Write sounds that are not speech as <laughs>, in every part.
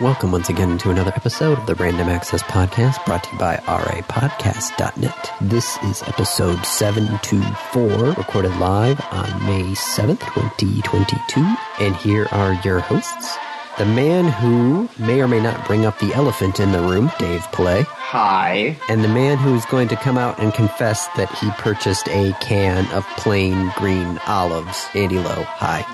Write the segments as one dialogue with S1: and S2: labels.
S1: Welcome once again to another episode of the Random Access Podcast brought to you by rapodcast.net. This is episode 724, recorded live on May 7th, 2022. And here are your hosts the man who may or may not bring up the elephant in the room, Dave Play,
S2: Hi.
S1: and the man who is going to come out and confess that he purchased a can of plain green olives, Andy Lowe. Hi.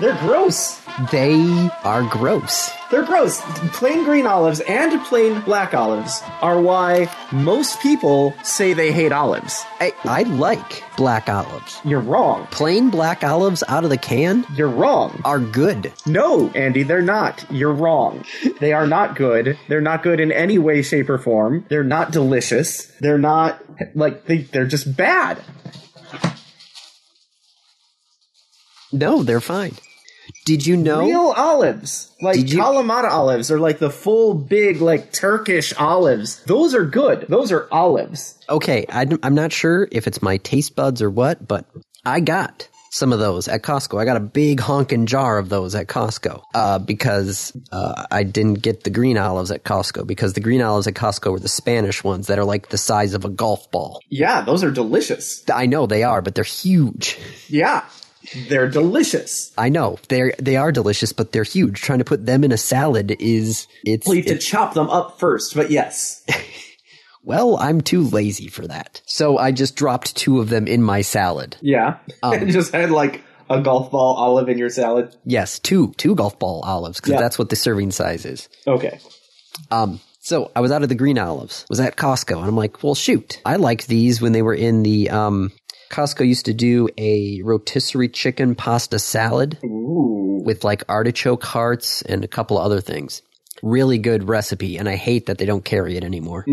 S2: They're gross.
S1: They are gross.
S2: They're gross. Plain green olives and plain black olives are why most people say they hate olives.
S1: I, I like black olives.
S2: You're wrong.
S1: Plain black olives out of the can
S2: You're wrong.
S1: are good.
S2: No, Andy, they're not. You're wrong. They are not good. They're not good in any way, shape, or form. They're not delicious. They're not, like, they, they're just bad.
S1: No, they're fine. Did you know?
S2: Real olives, like
S1: Did you-
S2: Kalamata olives, or like the full big, like Turkish olives. Those are good. Those are olives.
S1: Okay, I, am not sure if it's my taste buds or what, but I got some of those at Costco. I got a big honking jar of those at Costco uh, because uh, I didn't get the green olives at Costco because the green olives at Costco were the Spanish ones that are like the size of a golf ball.
S2: Yeah, those are delicious.
S1: I know they are, but they're huge.
S2: Yeah, they're delicious.
S1: I know they're they are delicious, but they're huge. Trying to put them in a salad is it's
S2: Well, you have to chop them up first, but yes.
S1: well, I'm too lazy for that. So I just dropped two of them in my salad.
S2: <laughs> Yeah. <laughs> just had like a golf ball olive in your salad.
S1: Yes, two two golf ball olives because
S2: Yeah.
S1: that's what the serving size is.
S2: Okay.
S1: Um, so I was out of the green olives. Was at Costco, and I'm like, well, shoot, I liked these when they were in the um. Costco used to do a rotisserie chicken pasta salad.
S2: Ooh.
S1: with like artichoke hearts and a couple of other things. Really good recipe, and I hate that they don't carry it anymore.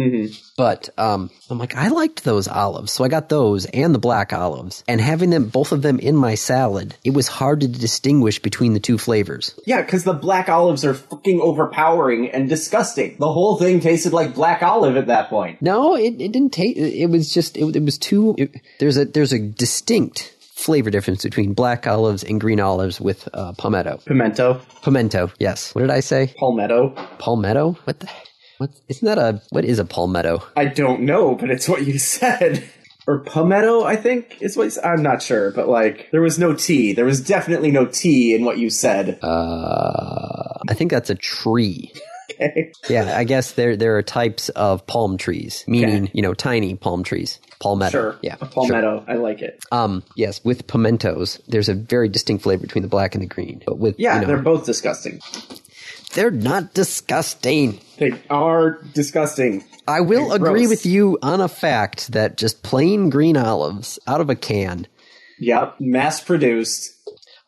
S1: But um, I'm like, I liked those olives, so I got those and the black olives. And having them, both of them, in my salad, it was hard to distinguish between the two flavors.
S2: Yeah, because the black olives are fucking overpowering and disgusting. The whole thing tasted like black olive at that point.
S1: No, it, it didn't taste. It was just it, it was too. It, there's a there's a distinct flavor difference between black olives and green olives with uh, palmetto.
S2: Pimento,
S1: Pimento, yes. What did I say?
S2: palmetto.
S1: Palmetto? What the? What isn't that a what is a palmetto?
S2: I don't know, but it's what you <laughs> said. Or palmetto, I think is what you said. I'm not sure, but like there was no tea. There was definitely no tea in what you said.
S1: Uh, I think that's a tree.
S2: Okay.
S1: Yeah, I guess there there are types of palm trees, meaning you know tiny palm trees, palmetto.
S2: Sure.
S1: Yeah,
S2: A palmetto. I like it.
S1: sure. Um, yes, with pimentos, there's a very distinct flavor between the black and the green. But with
S2: Yeah,
S1: you know,
S2: they're both disgusting.
S1: they're not disgusting.
S2: They are disgusting.
S1: I will
S2: They're
S1: agree
S2: gross.
S1: with you on a fact that just plain green olives out of a can.
S2: Yep, mass produced.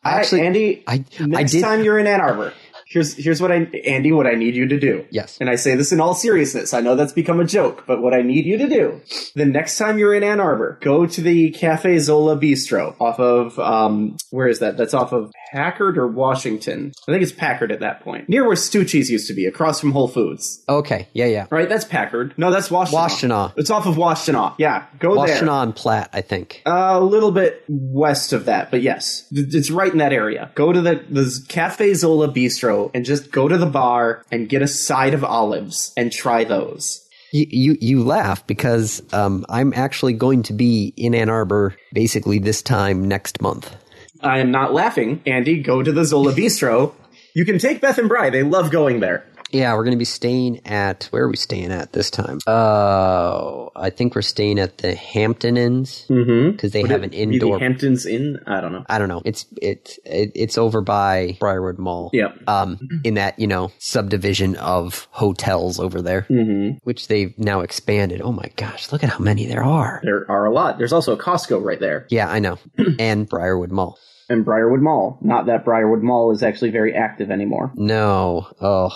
S1: Actually,
S2: I, Andy,
S1: I- I
S2: next
S1: did-
S2: time you're in Ann Arbor, here's here's what I Andy, what I need you to do.
S1: Yes.
S2: and I say this in all seriousness. I know that's become a joke, but what I need you to do the next time you're in Ann Arbor, go to the Cafe Zola Bistro off of um, where is that? That's off of Packard or Washington. I think it's Packard at that point, near where Stucci's used to be, across from Whole Foods.
S1: Okay, yeah, yeah.
S2: Right, that's Packard. No, that's Washtenaw.
S1: Washtenaw.
S2: It's off of Washtenaw. Yeah, go there.
S1: Washtenaw and Platt, I think.
S2: A little bit west of that, but yes, Th- it's right in that area. Go to the, the Cafe Zola Bistro and just go to the bar and get a side of olives and try those.
S1: You, you you laugh because um, I'm actually going to be in Ann Arbor basically this time next month.
S2: I am not laughing, Andy. Go to the Zola Bistro. You can take Beth and Bry. They love going there.
S1: Yeah, we're going to be staying at where are we staying at this time? Uh, I think we're staying at the Hampton Inns because
S2: Mm-hmm.
S1: they have an
S2: Maybe
S1: indoor.
S2: Hamptons Inn. I don't know.
S1: I don't know. It's it, it it's over by Briarwood Mall.
S2: Yep.
S1: Um, in that you know subdivision of hotels over there, mm-hmm. which they've now expanded. Oh my gosh, look at how many there are.
S2: There are a lot. There's also a Costco right there
S1: Yeah, I
S2: <clears throat>
S1: know. and Briarwood Mall.
S2: and Briarwood Mall. Not that Briarwood Mall is actually very active anymore.
S1: No. Oh,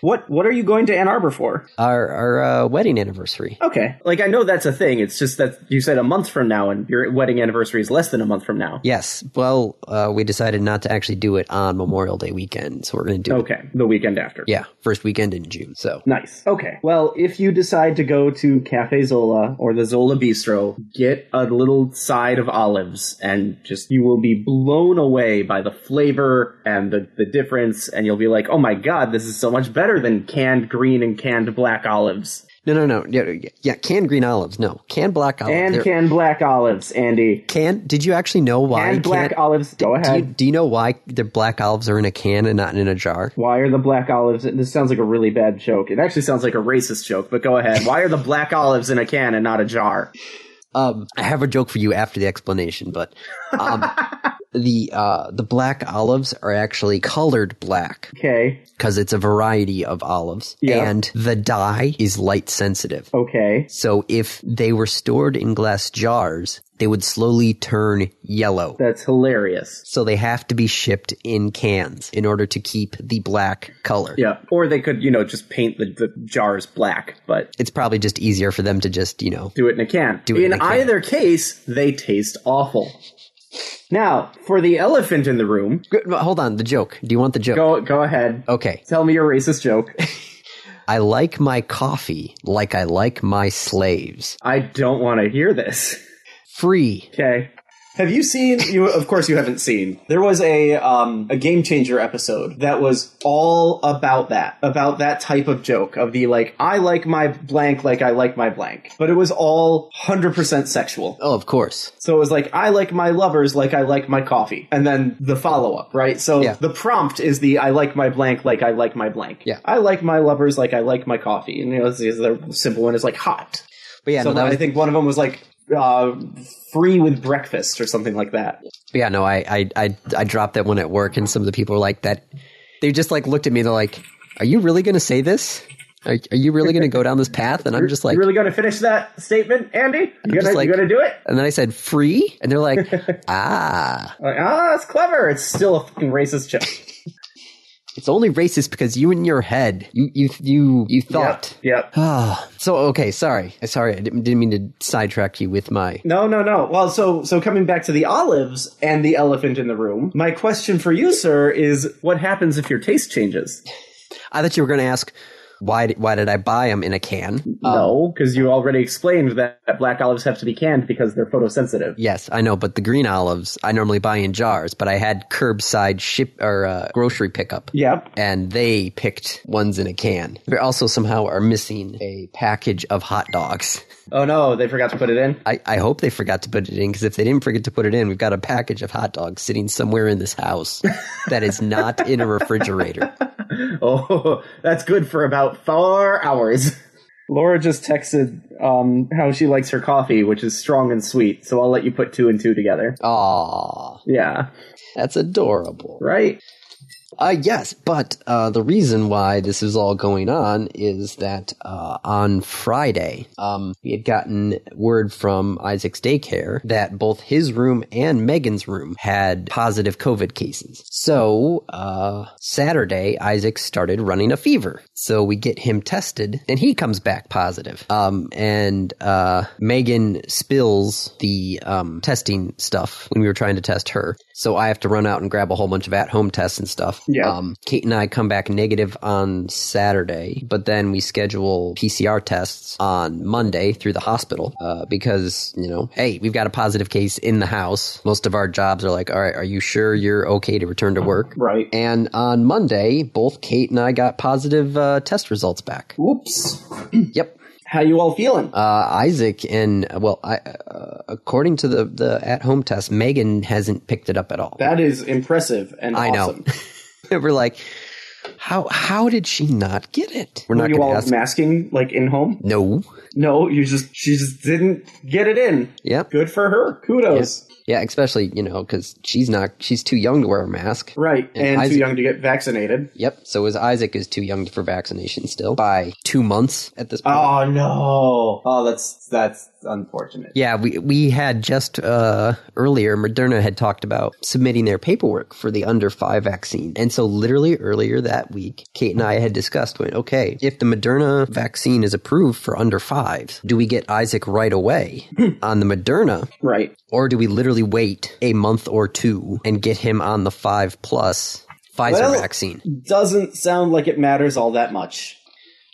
S2: What What are you going to Ann Arbor for?
S1: our our uh, wedding anniversary.
S2: Okay. Like, I know that's a thing. It's just that you said a month from now, and your wedding anniversary is less than a month from now.
S1: Yes. Well, uh, we decided not to actually do it on Memorial Day weekend, so we're going to do it.
S2: Okay. The weekend after.
S1: Yeah, first weekend in June. So
S2: Nice. Okay. Well, if you decide to go to Cafe Zola or the Zola Bistro, get a little side of olives and just you will be blown blown away by the flavor and the, the difference, and you'll be like, oh my god, this is so much better than canned green and canned black olives.
S1: No, no, no. Yeah, yeah, yeah, canned green olives. No, canned black olives.
S2: And
S1: They're-
S2: canned black olives, Andy.
S1: can did you actually know why
S2: Canned black
S1: can't-
S2: olives. Go
S1: do, you,
S2: ahead.
S1: do you know why the black olives are in a can and not in a jar?
S2: Why are the black olives? This sounds like a really bad joke. It actually sounds like a racist joke, but go ahead. Why are the black olives in a can and not a jar?
S1: Um, I have a joke for you after the explanation, but
S2: <laughs>
S1: um, the uh, the black olives are actually colored black
S2: Okay.
S1: because it's a variety of olives,
S2: Yeah.
S1: and the dye is light sensitive.
S2: Okay.
S1: So if they were stored in glass jars, they would slowly turn yellow.
S2: That's hilarious.
S1: So they have to be shipped in cans in order to keep the black color.
S2: Yeah. Or they could, you know, just paint the, the jars black, but
S1: It's probably just easier for them to just, you know,
S2: do it in a can.
S1: Do it in a can.
S2: either case, they taste awful. Now, for the elephant in the room,
S1: Good, well, Hold on, the joke. Do you want the joke?
S2: go go ahead.
S1: Okay.
S2: Tell me your racist joke.
S1: I like my coffee like I like my slaves.
S2: I don't want to hear this.
S1: Free.
S2: Okay. Have you seen? You of course you haven't seen. There was a um, a game changer episode that was all about that, about that type of joke of the like I like my blank like I like my blank, but it was all hundred percent sexual.
S1: Oh, of course.
S2: So it was like, I like my lovers like I like my coffee. And then the follow up, right? So
S1: Yeah.
S2: the prompt is the I like my blank like I like my blank.
S1: Yeah.
S2: I like my lovers like I like my coffee. And you know, the- the simple one is like hot.
S1: But yeah,
S2: So
S1: no, that
S2: I
S1: was,
S2: think one of them was like uh, free with breakfast or something like that.
S1: yeah, no, I, I, I, I dropped that one at work, and some of the people were like that. They just like looked at me. They're like, "Are you really going to say this? Are, are you really going to go down this path?" And I'm just like,
S2: you really going to finish that statement, Andy? You
S1: just
S2: gonna,
S1: like-
S2: you gonna do it?
S1: and then I said, "Free," and they're <laughs> like, "Ah,
S2: Like, ah, it's clever. It's still a fucking racist joke.
S1: it's only racist because you in your head, you, you, you, you thought."
S2: Yep. Yep.
S1: Ah, so okay, sorry, sorry, I didn't, didn't mean to sidetrack you with my
S2: No, no, no. Well, so so coming back to the olives and the elephant in the room, my question for you, sir, is what happens if your taste changes?
S1: I thought you were going to ask why did, why did I buy them in a can? Uh,
S2: no, because you already explained that black olives have to be canned because they're photosensitive.
S1: yes, I know, but the green olives I normally buy in jars, but I had curbside ship or uh, grocery pickup.
S2: Yep.
S1: And they picked ones in a can. They also somehow are missing a package of hot dogs.
S2: Oh no, they forgot to put it in.
S1: I, I hope they forgot to put it in because if they didn't forget to put it in, we've got a package of hot dogs sitting somewhere in this house that is not in a refrigerator.
S2: <laughs> Oh, that's good for about four hours. <laughs> Laura just texted um, how she likes her coffee, which is strong and sweet. So I'll let you put two and two together.
S1: Aw,
S2: Yeah,
S1: that's adorable.
S2: right.
S1: Uh, yes, but uh, the reason why this is all going on is that uh, on Friday, um, we had gotten word from Isaac's daycare that both his room and Megan's room had positive COVID cases. So uh, Saturday, Isaac started running a fever. So we get him tested, and he comes back positive. Um, and uh, Megan spills the um, testing stuff when we were trying to test her. So I have to run out and grab a whole bunch of at home tests and stuff.
S2: Yeah.
S1: Um, Kate and I come back negative on Saturday, but then we schedule PCR tests on Monday through the hospital uh, because, you know, hey, we've got a positive case in the house. Most of our jobs are like, all right, are you sure you're okay to return to work?
S2: Right.
S1: And on Monday, both Kate and I got positive uh, test results back.
S2: Whoops.
S1: Yep.
S2: How you all feeling?
S1: Uh, Isaac and well, I, uh, according to the, the at home test, Megan hasn't picked it up at all.
S2: that is impressive and
S1: I know. <laughs>
S2: awesome.
S1: we're like, how how did she not get it? We're
S2: Were
S1: not
S2: you
S1: going
S2: all
S1: to ask.
S2: masking like in home?
S1: no.
S2: No, you just she just didn't get it in.
S1: Yep.
S2: Good for her. Kudos.
S1: Yeah, especially you know because she's not she's too young to wear a mask.
S2: Right,
S1: And
S2: and too
S1: Isaac-
S2: young to get vaccinated.
S1: Yep. So is Isaac is too young for vaccination still by two months at this point.
S2: Oh no. Oh, that's that's unfortunate.
S1: Yeah, we we had just uh, earlier Moderna had talked about submitting their paperwork for the under five vaccine, and so literally earlier that week, Kate and I had discussed, went, okay, if the Moderna vaccine is approved for under fives, do we get Isaac right away on the Moderna,
S2: Right.
S1: or do we literally wait a month or two and get him on the five plus Pfizer
S2: Well-
S1: vaccine?
S2: Doesn't sound like it matters all that much.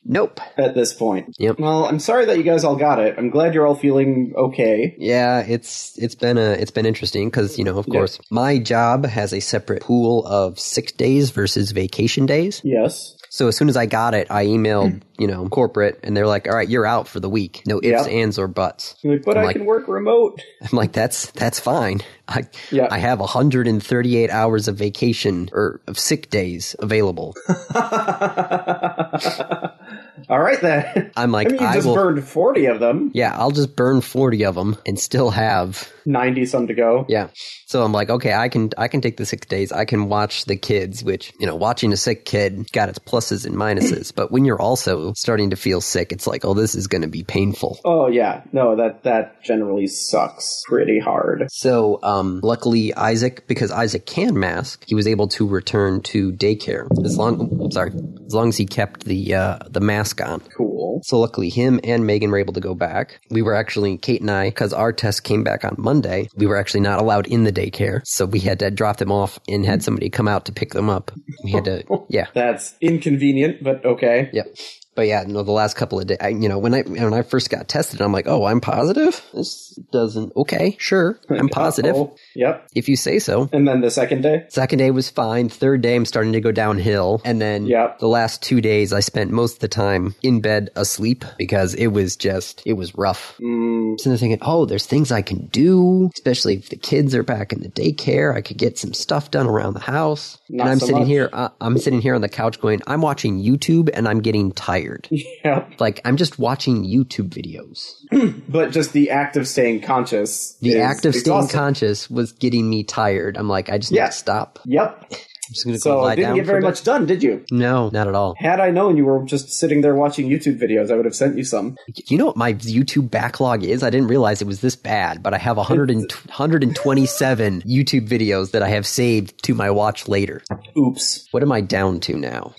S1: Nope.
S2: at this point.
S1: Yep.
S2: Well, I'm sorry that you guys all got it. I'm glad you're all feeling okay.
S1: Yeah, it's it's been a it's been interesting because you know of
S2: Yeah.
S1: course my job has a separate pool of sick days versus vacation days.
S2: Yes.
S1: So as soon as I got it, I
S2: Hmm.
S1: emailed you know corporate and they're like, all right, you're out for the week. No ifs,
S2: Yep.
S1: ands, or buts.
S2: You're like, but
S1: I'm
S2: I
S1: like-
S2: can work remote.
S1: I'm like, that's that's fine. I
S2: Yeah.
S1: I have 138 hours of vacation or of sick days available.
S2: all right then.
S1: I'm
S2: <laughs> I
S1: like,
S2: mean, you
S1: I,
S2: just
S1: will.
S2: burned 40 of them,
S1: yeah, I'll just burn 40 of them and still have
S2: 90 some to go.
S1: Yeah. So I'm like, okay, I can I can take the six days. I can watch the kids, which you know, watching a sick kid got its pluses and minuses. but when you're also starting to feel sick, it's like, oh, this is going to be painful.
S2: Oh yeah, no that that generally sucks pretty hard.
S1: So, um, luckily, Isaac, because Isaac can mask, he was able to return to daycare as long, sorry, as long as he kept the uh, the mask on.
S2: Cool.
S1: So luckily, him and Megan were able to go back. We were actually Kate and I, because our test came back on Monday. We were actually not allowed in the daycare, so we had to drop them off and had somebody come out to pick them up. We had to, yeah,
S2: That's inconvenient, but okay.
S1: yep. But yeah, no, the last couple of days, you know, when I when I first got tested, I'm like, oh, I'm positive. This doesn't. Okay, sure, I'm positive.
S2: Uh-oh. Yep.
S1: If you say so.
S2: And then the second day. <laughs>
S1: Second day was fine. Third day, I'm starting to go downhill. And then
S2: Yep.
S1: the last two days, I spent most of the time in bed asleep because it was just, it was rough.
S2: Mm,
S1: So they're thinking, oh, there's things I can do, especially if the kids are back in the daycare. I could get some stuff done around the house.
S2: Not
S1: and I'm
S2: so
S1: sitting
S2: much.
S1: here, uh, I'm sitting here on the couch going, I'm watching YouTube and I'm getting
S2: <laughs>
S1: tired.
S2: yep.
S1: like, I'm just watching YouTube videos.
S2: But just the act of staying conscious.
S1: The
S2: is
S1: act of staying
S2: exhausting.
S1: conscious was getting me tired. I'm like, I just need
S2: Yeah.
S1: to stop.
S2: Yep.
S1: I'm just going to go
S2: So
S1: lie
S2: didn't
S1: down. for
S2: get
S1: a
S2: very
S1: bit.
S2: much done, did you?
S1: No, not at all.
S2: Had I known you were just sitting there watching YouTube videos, I would have sent you some.
S1: You know what my YouTube backlog is? I didn't realize it was this bad, but I have 100 and 127 YouTube videos that I have saved to my watch later.
S2: Oops.
S1: What am I down to now?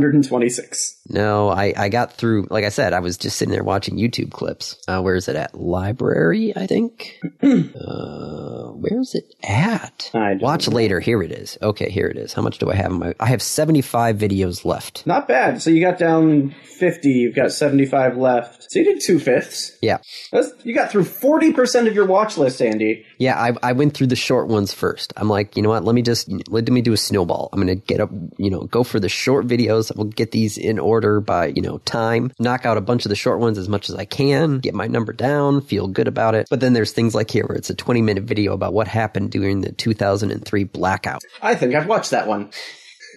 S2: 126.
S1: No, I, I got through, like I said, I was just sitting there watching YouTube clips. Uh, where is it at? Library, I think? uh, where is it at?
S2: I don't
S1: Watch later. Here it is. Okay, here it is. How much do I have? In my, I have 75 videos left.
S2: Not bad. So you got down 50. You've got 75 left. So you did two fifths.
S1: Yeah.
S2: That's, you got through 40% of your watch list, Andy.
S1: Yeah, I, I went through the short ones first. I'm like, you know what? Let me just let me do a snowball. I'm gonna get up, you know, go for the short videos. We'll get these in order by you know time. Knock out a bunch of the short ones as much as I can. Get my number down. Feel good about it. But then there's things like here where it's a 20 minute video about what happened during the 2003 blackout.
S2: I think I've watched that one.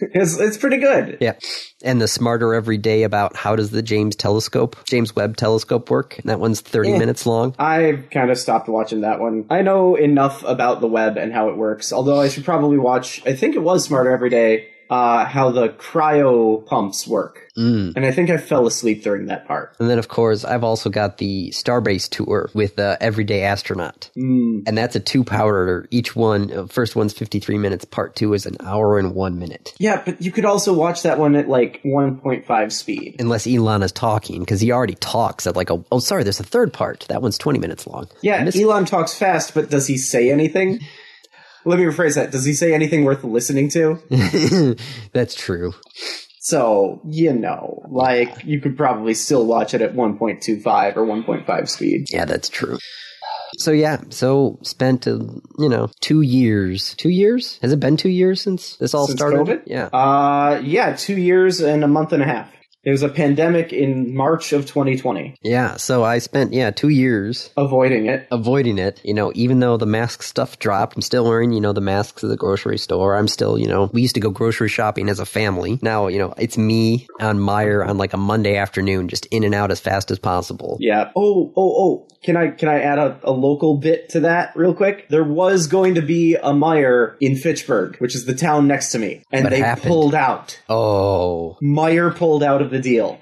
S2: <laughs> it's, it's pretty good.
S1: Yeah, and the smarter every day about how does the James telescope, James Webb telescope work? And that one's 30 minutes long.
S2: I kind of stopped watching that one. I know enough about the web and how it works, although I should probably watch, I think it was Smarter Every Day, uh, how the cryo pumps work. Mm. And I think I fell asleep during that part.
S1: And then, of course, I've also got the Starbase tour with uh, Everyday Astronaut. Mm. And that's a two powder. Each one, uh, first one's 53 minutes, part two is an hour and one minute.
S2: Yeah, but you could also watch that one at like 1.5 speed.
S1: Unless Elon is talking, because he already talks at like a. Oh, sorry, there's a third part. That one's 20 minutes long.
S2: Yeah, Elon talks fast, but does he say anything? Let me rephrase that. Does he say anything worth listening to?
S1: <laughs> That's true.
S2: So, you know, like, you could probably still watch it at 1.25 or 1.5 speed.
S1: Yeah, that's true. So, yeah, so spent, uh, you know, two years. Two years? Has it been two years since this all
S2: Since
S1: started?
S2: COVID?
S1: Yeah.
S2: Uh, yeah, two years and a month and a half. There was a pandemic in March of 2020.
S1: yeah, so I spent, yeah, two years
S2: Avoiding it.
S1: avoiding it. You know, even though the mask stuff dropped, I'm still wearing, you know, the masks at the grocery store. I'm still, you know, we used to go grocery shopping as a family. Now, you know, it's me on Meyer on like a Monday afternoon, just in and out as fast as possible.
S2: Yeah. Oh, oh, oh. Can I can I add a, a local bit to that real quick? There was going to be a Meyer in Fitchburg, which is the town next to me, and
S1: What
S2: they
S1: happened?
S2: pulled out.
S1: Oh,
S2: Meyer pulled out of the deal.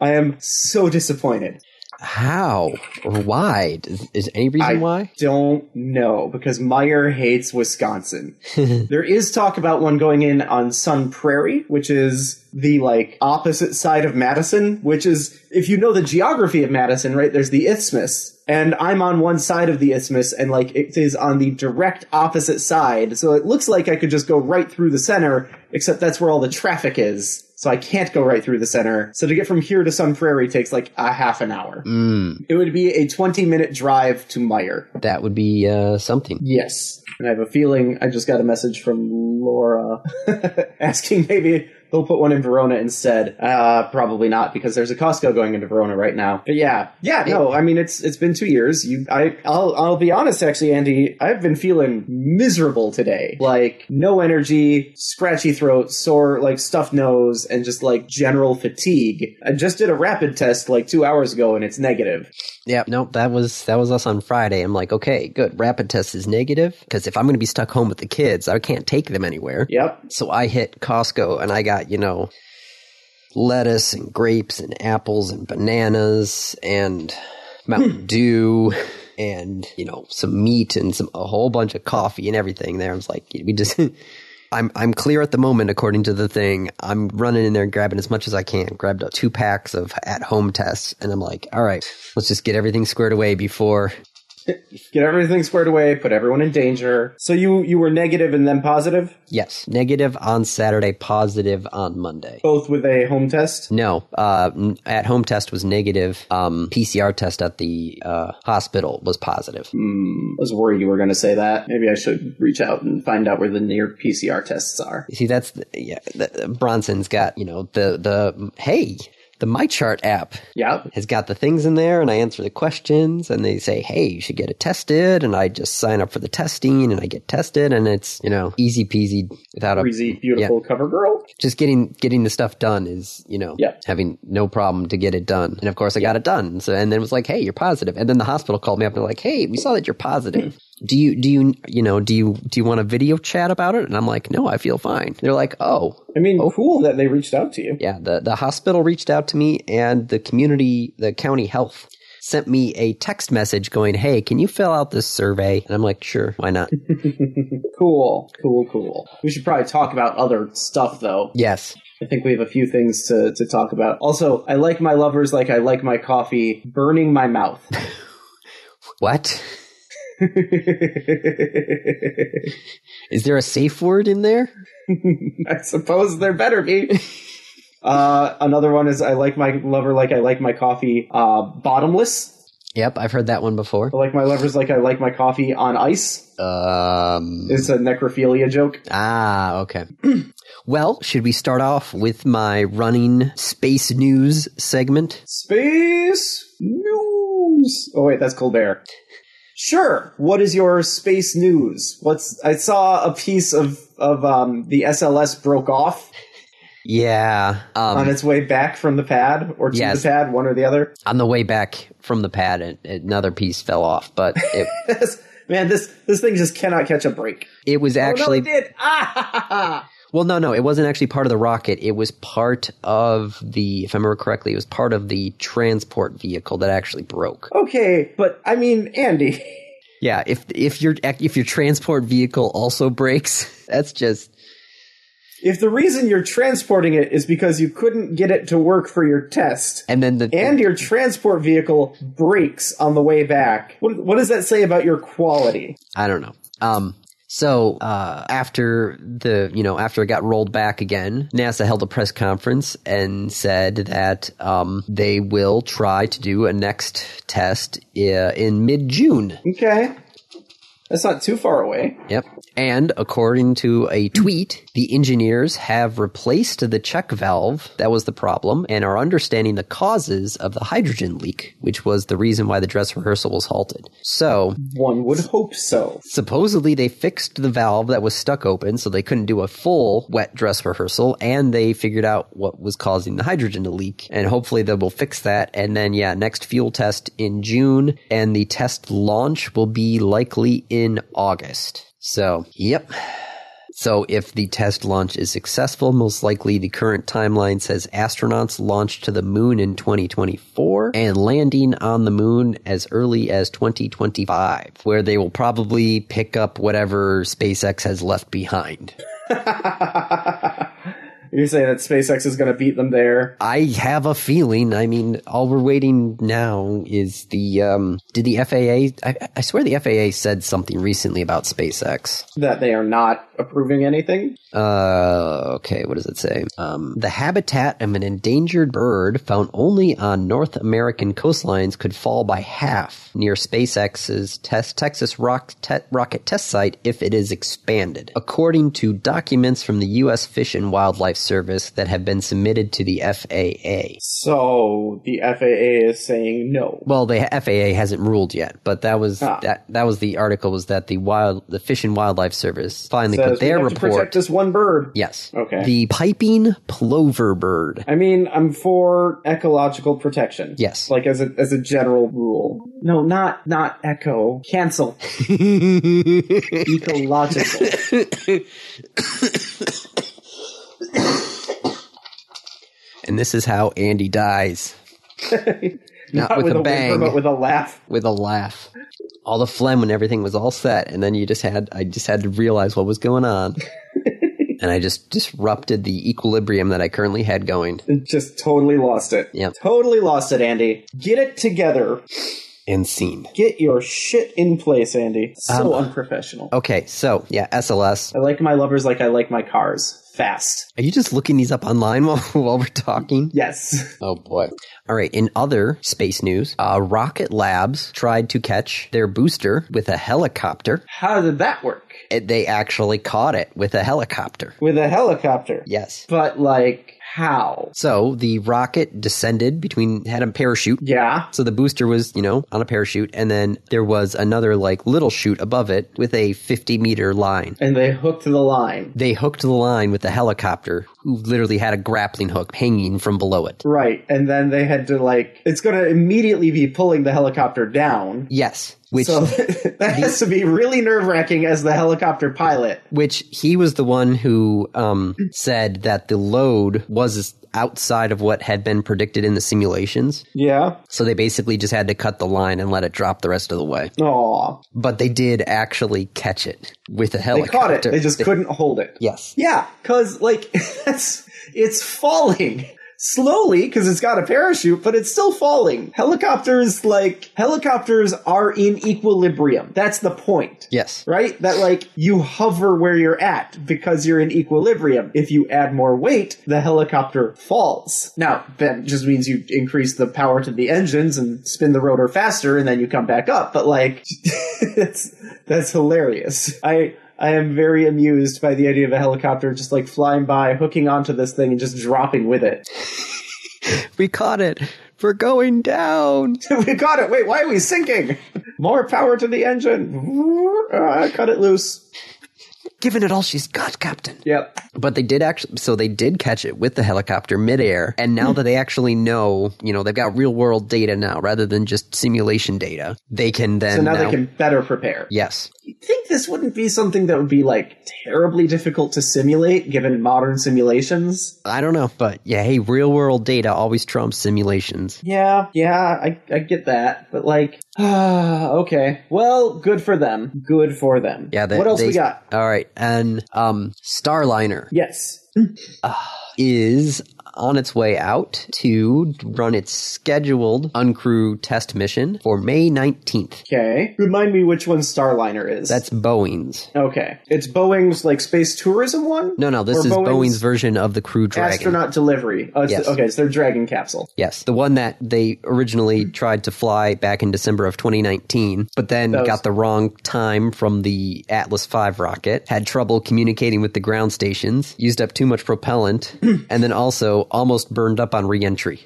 S2: I am so disappointed.
S1: how or why? Is, is any reason
S2: I-
S1: why?
S2: Don't know because Meyer hates Wisconsin. there is talk about one going in on Sun Prairie, which is the like opposite side of Madison, which is if you know the geography of Madison, right? There's the isthmus. And I'm on one side of the isthmus and like it is on the direct opposite side. So it looks like I could just go right through the center, except that's where all the traffic is. So I can't go right through the center. So to get from here to Sun Prairie takes like a half an hour.
S1: Mm,
S2: It would be a 20 minute drive to Meyer.
S1: that would be uh, something.
S2: Yes. And I have a feeling I just got a message from Laura <laughs> asking maybe they'll put one in Verona instead. Uh, probably not because there's a Costco going into Verona right now. But yeah, yeah, no, I mean, it's, it's been two years. You, I, I'll, I'll be honest actually, Andy, I've been feeling miserable today. Like no energy, scratchy throat, sore, like stuffed nose, and just like general fatigue. I just did a rapid test like two hours ago and it's negative.
S1: Yeah, nope. That was that was us on Friday. I'm like, okay, good. Rapid test is negative because if I'm going to be stuck home with the kids, I can't take them anywhere.
S2: Yep.
S1: So I hit Costco and I got, you know, lettuce and grapes and apples and bananas and Mountain Dew and, you know, some meat and some a whole bunch of coffee and everything there. I was like, we just <laughs> I'm I'm clear at the moment according to the thing. I'm running in there and grabbing as much as I can. Grabbed up two packs of at home tests and I'm like, all right, let's just get everything squared away before
S2: get everything squared away, put everyone in danger. So you you were negative and then positive,
S1: yes. Negative on Saturday, positive on Monday.
S2: both with a home test.
S1: No, uh, at home test was negative. Um, PCR test at the uh, hospital was positive.
S2: Mm. I was worried you were going to say that. Maybe I should reach out and find out where the near PCR tests are.
S1: You see, that's the, yeah. The, Bronson's got you know the the hey the MyChart app
S2: Yep.
S1: has got the things in there, and I answer the questions, and they say hey you should get it tested, and I just sign up for the testing, and I get tested, and it's you know easy peasy without a
S2: Breezy, beautiful cover girl.
S1: just getting getting the stuff done is you know
S2: Yeah.
S1: having no problem to get it done and of course i got it done so and then it was like hey you're positive and then the hospital called me up and they're like hey we saw that you're positive do you do you you know do you do you want a video chat about it and i'm like no i feel fine they're like oh
S2: I mean, cool that they reached out to you.
S1: yeah the the hospital reached out to me and the community the county health sent me a text message going hey can you fill out this survey and i'm like sure why not
S2: Cool, cool, cool. We should probably talk about other stuff though.
S1: yes
S2: I think we have a few things to, to talk about. Also, I like my lovers like I like my coffee, burning my mouth.
S1: what is there a safe word in there
S2: <laughs> I suppose there better be. <laughs> Uh, another one is I like my lover like I like my coffee uh, bottomless.
S1: Yep, I've heard that one before.
S2: I like my lovers like I like my coffee on ice.
S1: Um,
S2: It's a necrophilia joke.
S1: ah, okay. <clears throat> well, should we start off with my running space news segment?
S2: Space news. Oh wait, that's Colbert. Sure. What is your space news? What's I saw a piece of of um, the SLS broke off
S1: Yeah. Um,
S2: on
S1: on,
S2: its way back from the pad or to
S1: Yes.
S2: the pad, one or the other. <laughs>
S1: the way back from the pad, it, another piece fell off, but
S2: <laughs>
S1: it,
S2: Man, this this thing just cannot catch a break.
S1: it was
S2: Actually,
S1: actually.
S2: oh, no, it did. Ah, ha, ha, ha.
S1: Well, no, no, it wasn't actually part of the rocket. It was part of the, if I remember correctly, it was part of the transport vehicle that actually broke.
S2: Okay, but I mean, Andy, <laughs>
S1: Yeah, if if your if your transport vehicle also breaks, <laughs> that's just
S2: if the reason you're transporting it is because you couldn't get it to work for your test,
S1: and then the
S2: and your transport vehicle breaks on the way back, what, what does that say about your quality?
S1: I don't know. Um, so uh, after the you know after it got rolled back again, NASA held a press conference and said that um, they will try to do a next test uh, in mid June.
S2: Okay, that's not too far away.
S1: Yep. And according to a tweet, the engineers have replaced the check valve that was the problem and are understanding the causes of the hydrogen leak, which was the reason why the dress rehearsal was halted. So
S2: One would hope so.
S1: Supposedly, they fixed the valve that was stuck open, so they couldn't do a full wet dress rehearsal, and they figured out what was causing the hydrogen to leak. And hopefully, they will fix that. And then, yeah, next fuel test in June, and the test launch will be likely in August. So, yep. So, if the test launch is successful, most likely the current timeline says astronauts launch to the moon in 2024 and landing on the moon as early as 2025, where they will probably pick up whatever SpaceX has left behind.
S2: You're saying that SpaceX is going to beat them there.
S1: I have a feeling. I mean, all we're waiting now is the. Um, did the FAA? I, I swear the FAA said something recently about SpaceX.
S2: That they are not approving anything.
S1: Uh, okay, what does it say? Um, the habitat of an endangered bird found only on North American coastlines could fall by half near SpaceX's test Texas rock te- rocket test site if it is expanded, according to documents from the U.S. Fish and Wildlife Service that have been submitted to the FAA.
S2: So the FAA is saying no.
S1: Well, the FAA hasn't ruled yet, but that was
S2: Ah.
S1: that that was the article was that the wild the Fish and Wildlife Service finally
S2: Says
S1: put
S2: we
S1: their
S2: have to protect
S1: report.
S2: this one bird.
S1: Yes.
S2: Okay.
S1: The piping plover bird.
S2: I mean, I'm for ecological protection.
S1: Yes.
S2: Like as a as a general rule. No, not not echo.
S1: <laughs>
S2: Cancel. Ecological.
S1: and this is how Andy dies
S2: not,
S1: with
S2: with
S1: a
S2: a whimper,
S1: bang.
S2: but with a laugh.
S1: with a laugh. All the phlegm when everything was all set, and then you just had I just had to realize what was going <laughs> on. and I just disrupted the equilibrium that I currently had going.
S2: It Just totally lost it.
S1: Yep.
S2: Totally lost it, Andy. Get it together.
S1: And scene.
S2: Get your shit in place, Andy. So
S1: Um,
S2: unprofessional.
S1: Okay, so yeah, SLS.
S2: I like my lovers like I like my cars. Fast.
S1: Are you just looking these up online <laughs> while, while we're talking?
S2: Yes. <laughs>
S1: Oh boy. All right, in other space news, uh, Rocket Labs tried to catch their booster with a helicopter.
S2: How did that work?
S1: It- they actually caught it with a helicopter.
S2: With a helicopter.
S1: Yes.
S2: But like how?
S1: So the rocket descended between, had a parachute.
S2: Yeah.
S1: So the booster was, you know, on a parachute, and then there was another, like, little chute above it with a 50 meter line.
S2: And they hooked the line.
S1: They hooked the line with the helicopter, who literally had a grappling hook hanging from below it.
S2: Right. And then they had to like it's gonna immediately be pulling the helicopter down.
S1: Yes. Which
S2: So <laughs> that has to be really nerve wracking as the helicopter pilot.
S1: which he was the one who um, said that the load was outside of what had been predicted in the simulations.
S2: Yeah.
S1: So they basically just had to cut the line and let it drop the rest of the way.
S2: Aw.
S1: But they did actually catch it with a
S2: They
S1: helicopter.
S2: caught it. They just couldn't hold it.
S1: Yes.
S2: Yeah, because like <laughs> that's it's falling slowly because it's got a parachute, but it's still falling. Helicopters like helicopters are in equilibrium. That's the point.
S1: Yes.
S2: Right? That like you hover where you're at because you're in equilibrium. If you add more weight, the helicopter falls. Now, that just means you increase the power to the engines and spin the rotor faster and then you come back up. But like <laughs> that's that's hilarious. I I am very amused by the idea of a helicopter just like flying by, hooking onto this thing and just dropping with it. <laughs>
S1: We caught it. We're going down.
S2: we got it. Wait, why are we sinking? <laughs> More power to the engine. <laughs> Uh, cut it loose.
S1: Giving it all she's got, Captain.
S2: Yep.
S1: But they did actually, so they did catch it with the helicopter midair. And
S2: Hmm.
S1: now that they actually know, you know, they've got real world data now rather than just simulation data, they can then.
S2: So now they can better prepare.
S1: Yes.
S2: You'd think this wouldn't be something that would be like terribly difficult to simulate given modern simulations.
S1: I don't know, but yeah, hey, real world data always trumps simulations.
S2: Yeah, yeah, I, I get that. But like, <sighs> okay. Well, good for them. Good for them.
S1: Yeah. They,
S2: what else
S1: they-
S2: we got?
S1: All right, and um, Starliner
S2: Yes.
S1: is on its way out to run its scheduled uncrewed test mission for May nineteenth.
S2: Okay. Remind me which one Starliner is.
S1: That's Boeing's.
S2: okay. It's Boeing's like space tourism one.
S1: No, no, this
S2: Or
S1: is Boeing's, version of the Crew Dragon.
S2: astronaut delivery. Oh, it's-
S1: Yes.
S2: Okay, it's their Dragon capsule.
S1: Yes, the one that they originally tried to fly back in December of 2019, but then
S2: was-
S1: got the wrong time from the Atlas V rocket, had trouble communicating with the ground stations, used up too much propellant, <clears throat> and then also almost burned up on reentry.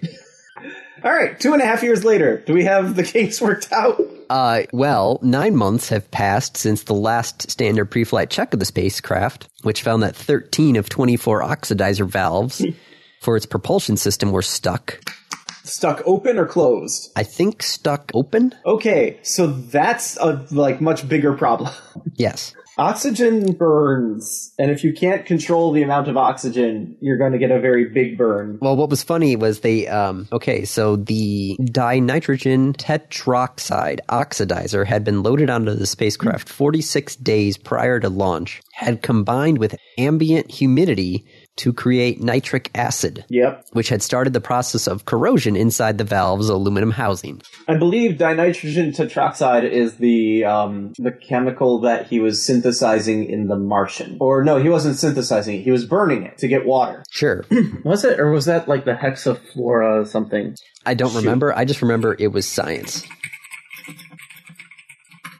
S2: All right. Two and a half years later, do we have the <laughs> kinks worked out?
S1: Uh, well, nine months have passed since the last standard pre flight check of the spacecraft, which found that 13 of 24 oxidizer valves for its propulsion system were stuck.
S2: Stuck open or closed?
S1: I think stuck open?
S2: Okay, so that's a like much bigger problem. <laughs>
S1: Yes.
S2: oxygen burns, and if you can't control the amount of oxygen, you're going to get a very big burn.
S1: Well, what was funny was they, um, okay, so the dinitrogen tetroxide oxidizer had been loaded onto the spacecraft 46 days prior to launch, had combined with ambient humidity to create nitric acid,
S2: Yep.
S1: which had started the process of corrosion inside the valve's aluminum housing.
S2: I believe dinitrogen tetroxide is the um, the chemical that he was synth- synthesizing in the Martian. Or no, he wasn't synthesizing it. He was burning it to get water.
S1: Sure.
S3: Was it, or was that like the hexaflora something?
S1: I don't remember. I just remember it was science.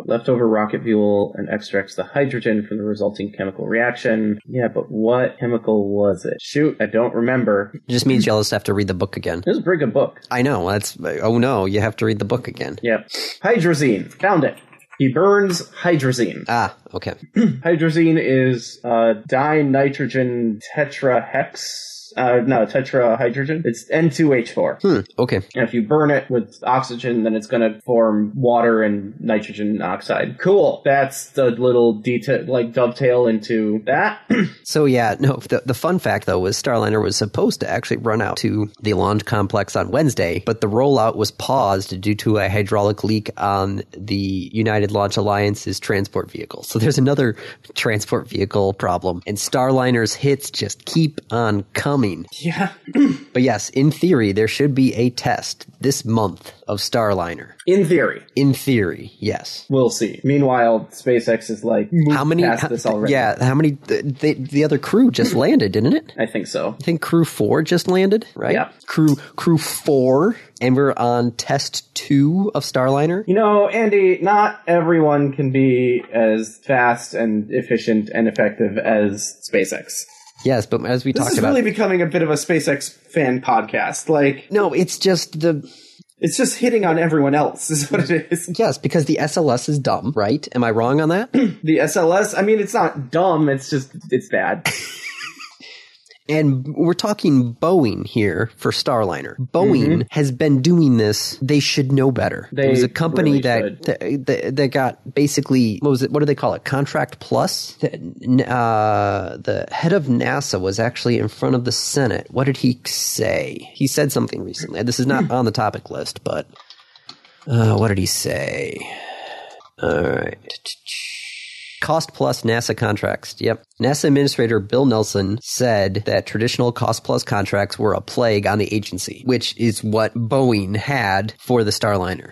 S3: Leftover rocket fuel and extracts the hydrogen from the resulting chemical reaction. Yeah, but what chemical was it? Shoot, I don't remember.
S1: It just means you'll just have to read the book again.
S3: It was a pretty good book.
S1: I know. That's oh no, you have to read the book again.
S3: Yep. Hydrazine. Found it. He burns hydrazine.
S1: Ah, okay.
S3: Hydrazine is uh, dinitrogen tetrahex. Uh, no, tetrahydrogen. It's N2H4.
S1: Hmm. Okay.
S3: And if you burn it with oxygen, then it's going to form water and nitrogen oxide. Cool. That's the little detail, like dovetail into that. <clears throat>
S1: So yeah, no. The, the fun fact though was Starliner was supposed to actually run out to the launch complex on Wednesday, but the rollout was paused due to a hydraulic leak on the United Launch Alliance's transport vehicle. So there's another transport vehicle problem, and Starliner's hits just keep on coming.
S2: Yeah.
S1: But yes, in theory, there should be a test this month of Starliner.
S2: In theory.
S1: In theory, yes.
S3: we'll see. Meanwhile, SpaceX is like, moved
S1: How many?
S3: past
S1: how-
S3: this already?
S1: Yeah, how many? The, the, the other crew just landed, didn't it?
S3: I think so.
S1: I think crew four just landed, right?
S3: Yeah.
S1: Crew crew four, and we're on test two of Starliner.
S2: You know, Andy, not everyone can be as fast and efficient and effective as SpaceX.
S1: Yes, but as we
S2: This
S1: talked
S2: is
S1: about,
S2: really becoming a bit of a SpaceX fan podcast. Like,
S1: no, it's just the
S2: it's just hitting on everyone else, <laughs> is what it is.
S1: yes because the SLS is dumb, right? Am I wrong on that?
S2: The SLS, I mean, it's not dumb, it's just, it's bad.
S1: And we're talking Boeing here for Starliner. Boeing has been doing this. They should know better.
S3: Mm-hmm. They
S1: it was a company
S3: really
S1: that, that, that that got basically what was it? What do they call it? Contract Plus. The, uh, the head of NASA was actually in front of the Senate. What did he say? He said something recently. This is
S3: Hmm.
S1: not on the topic list, but uh, what did he say? All right. Cost plus NASA contracts. Yep. NASA Administrator Bill Nelson said that traditional cost plus contracts were a plague on the agency, which is what Boeing had for the Starliner.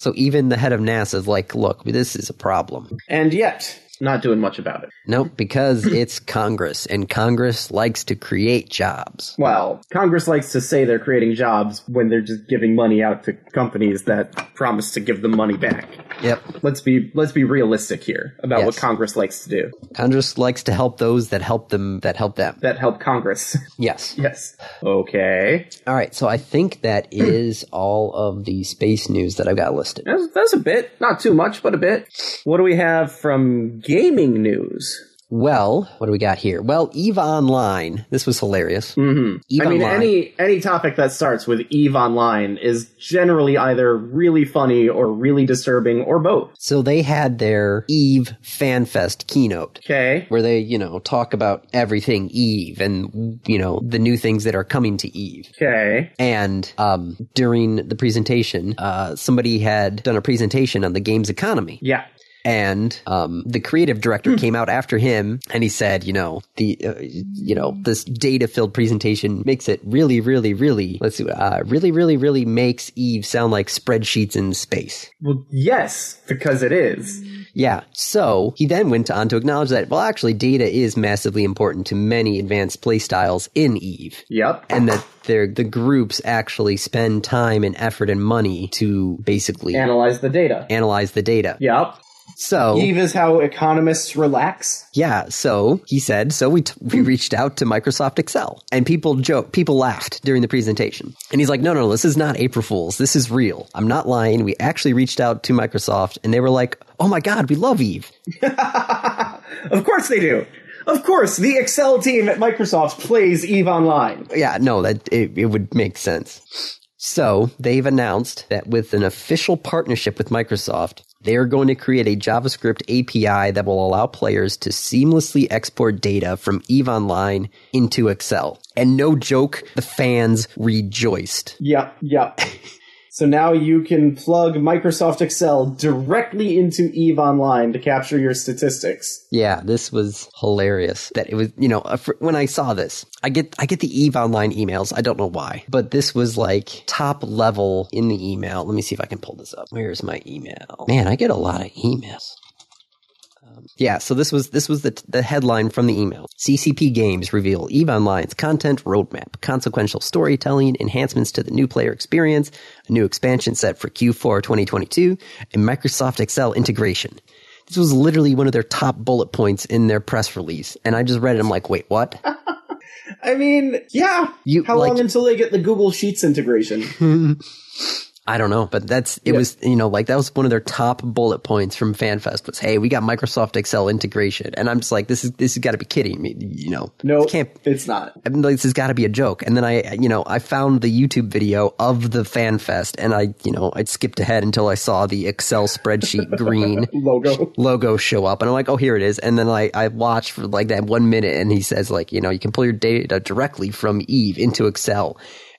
S1: so even the head of NASA is like, look, this is a problem.
S2: and yet,
S3: Not doing much about it.
S1: Nope, because it's Congress, and Congress likes to create jobs.
S3: Well,
S2: Congress likes to say they're creating jobs when they're just giving money out to companies that promise to give them money back.
S1: Yep.
S2: Let's be let's be realistic here about what
S1: Yes.
S2: Congress likes to do
S1: Congress likes to help those that help them that help them.
S2: that help Congress. <laughs>
S1: Yes.
S2: yes. Okay.
S1: All right, so I think that is all of the space news that I've got listed.
S2: That's, that's a bit, not too much, but a bit. What do we have from gaming news?
S1: Well, what do we got here? Well, Eve Online. This was hilarious. Mm-hmm. Eve
S2: I mean,
S1: Online.
S2: any any topic that starts with Eve Online is generally either really funny or really disturbing or both.
S1: so they had their Eve FanFest keynote.
S2: Okay.
S1: Where they, you know, talk about everything Eve and, you know, the new things that are coming to Eve.
S2: Okay.
S1: And um, during the presentation, uh, somebody had done a presentation on the game's economy.
S2: Yeah.
S1: and um, the creative director came out after him and he said you know the uh, you know this data filled presentation makes it really really really let's see uh, really really really makes eve sound like spreadsheets in space
S2: Well, yes, because it is.
S1: yeah so he then went on to acknowledge that well actually data is massively important to many advanced playstyles in eve
S2: Yep.
S1: and that they're, the groups actually spend time and effort and money to basically
S2: Analyze the data.
S1: analyze the data
S2: Yep.
S1: so
S2: Eve is how economists relax.
S1: Yeah, so he said, so we, t- we reached out to Microsoft Excel and people joke, people laughed during the presentation. And he's like, no, no, no, this is not April Fools. This is real. I'm not lying. We actually reached out to Microsoft and they were like, oh my God, we love Eve.
S2: Of course they do. Of course, the Excel team at Microsoft plays Eve Online.
S1: Yeah, no, that it, it would make sense. So they've announced that with an official partnership with Microsoft, they are going to create a JavaScript API that will allow players to seamlessly export data from EVE Online into Excel. And no joke, the fans rejoiced.
S2: Yep, yep. <laughs> so now you can plug Microsoft Excel directly into Eve Online to capture your statistics.
S1: Yeah, this was hilarious. That it was, you know, a fr- when I saw this, I get I get the Eve Online emails. I don't know why, but this was like top level in the email. Let me see if I can pull this up. Where's my email? Man, I get a lot of emails. Um, yeah, so this was this was the the headline from the email. CCP Games reveal EVE Online's content roadmap, consequential storytelling, enhancements to the new player experience, a new expansion set for Q4 2022, and Microsoft Excel integration. This was literally one of their top bullet points in their press release, and I just read it. I'm like, wait, what?
S2: I mean, yeah.
S1: You-
S2: How
S1: like-
S2: long until they get the Google
S1: <laughs>
S2: Sheets integration?
S1: I don't know, but that's it was you know like that was one of their top bullet points from FanFest was hey we got Microsoft Excel integration, and I'm just like this is this has got to be kidding me, you know?
S2: No,
S1: This can't.
S2: it's not.
S1: I mean, like, this has got to be a joke. And then I, you know, I found the YouTube video of the FanFest, and I, you know, I skipped ahead until I saw the Excel spreadsheet green
S2: Logo.
S1: logo show up and I'm like, oh, here it is. And then I, I watched for like that one minute and he says like, you know, you can pull your data directly from Eve into Excel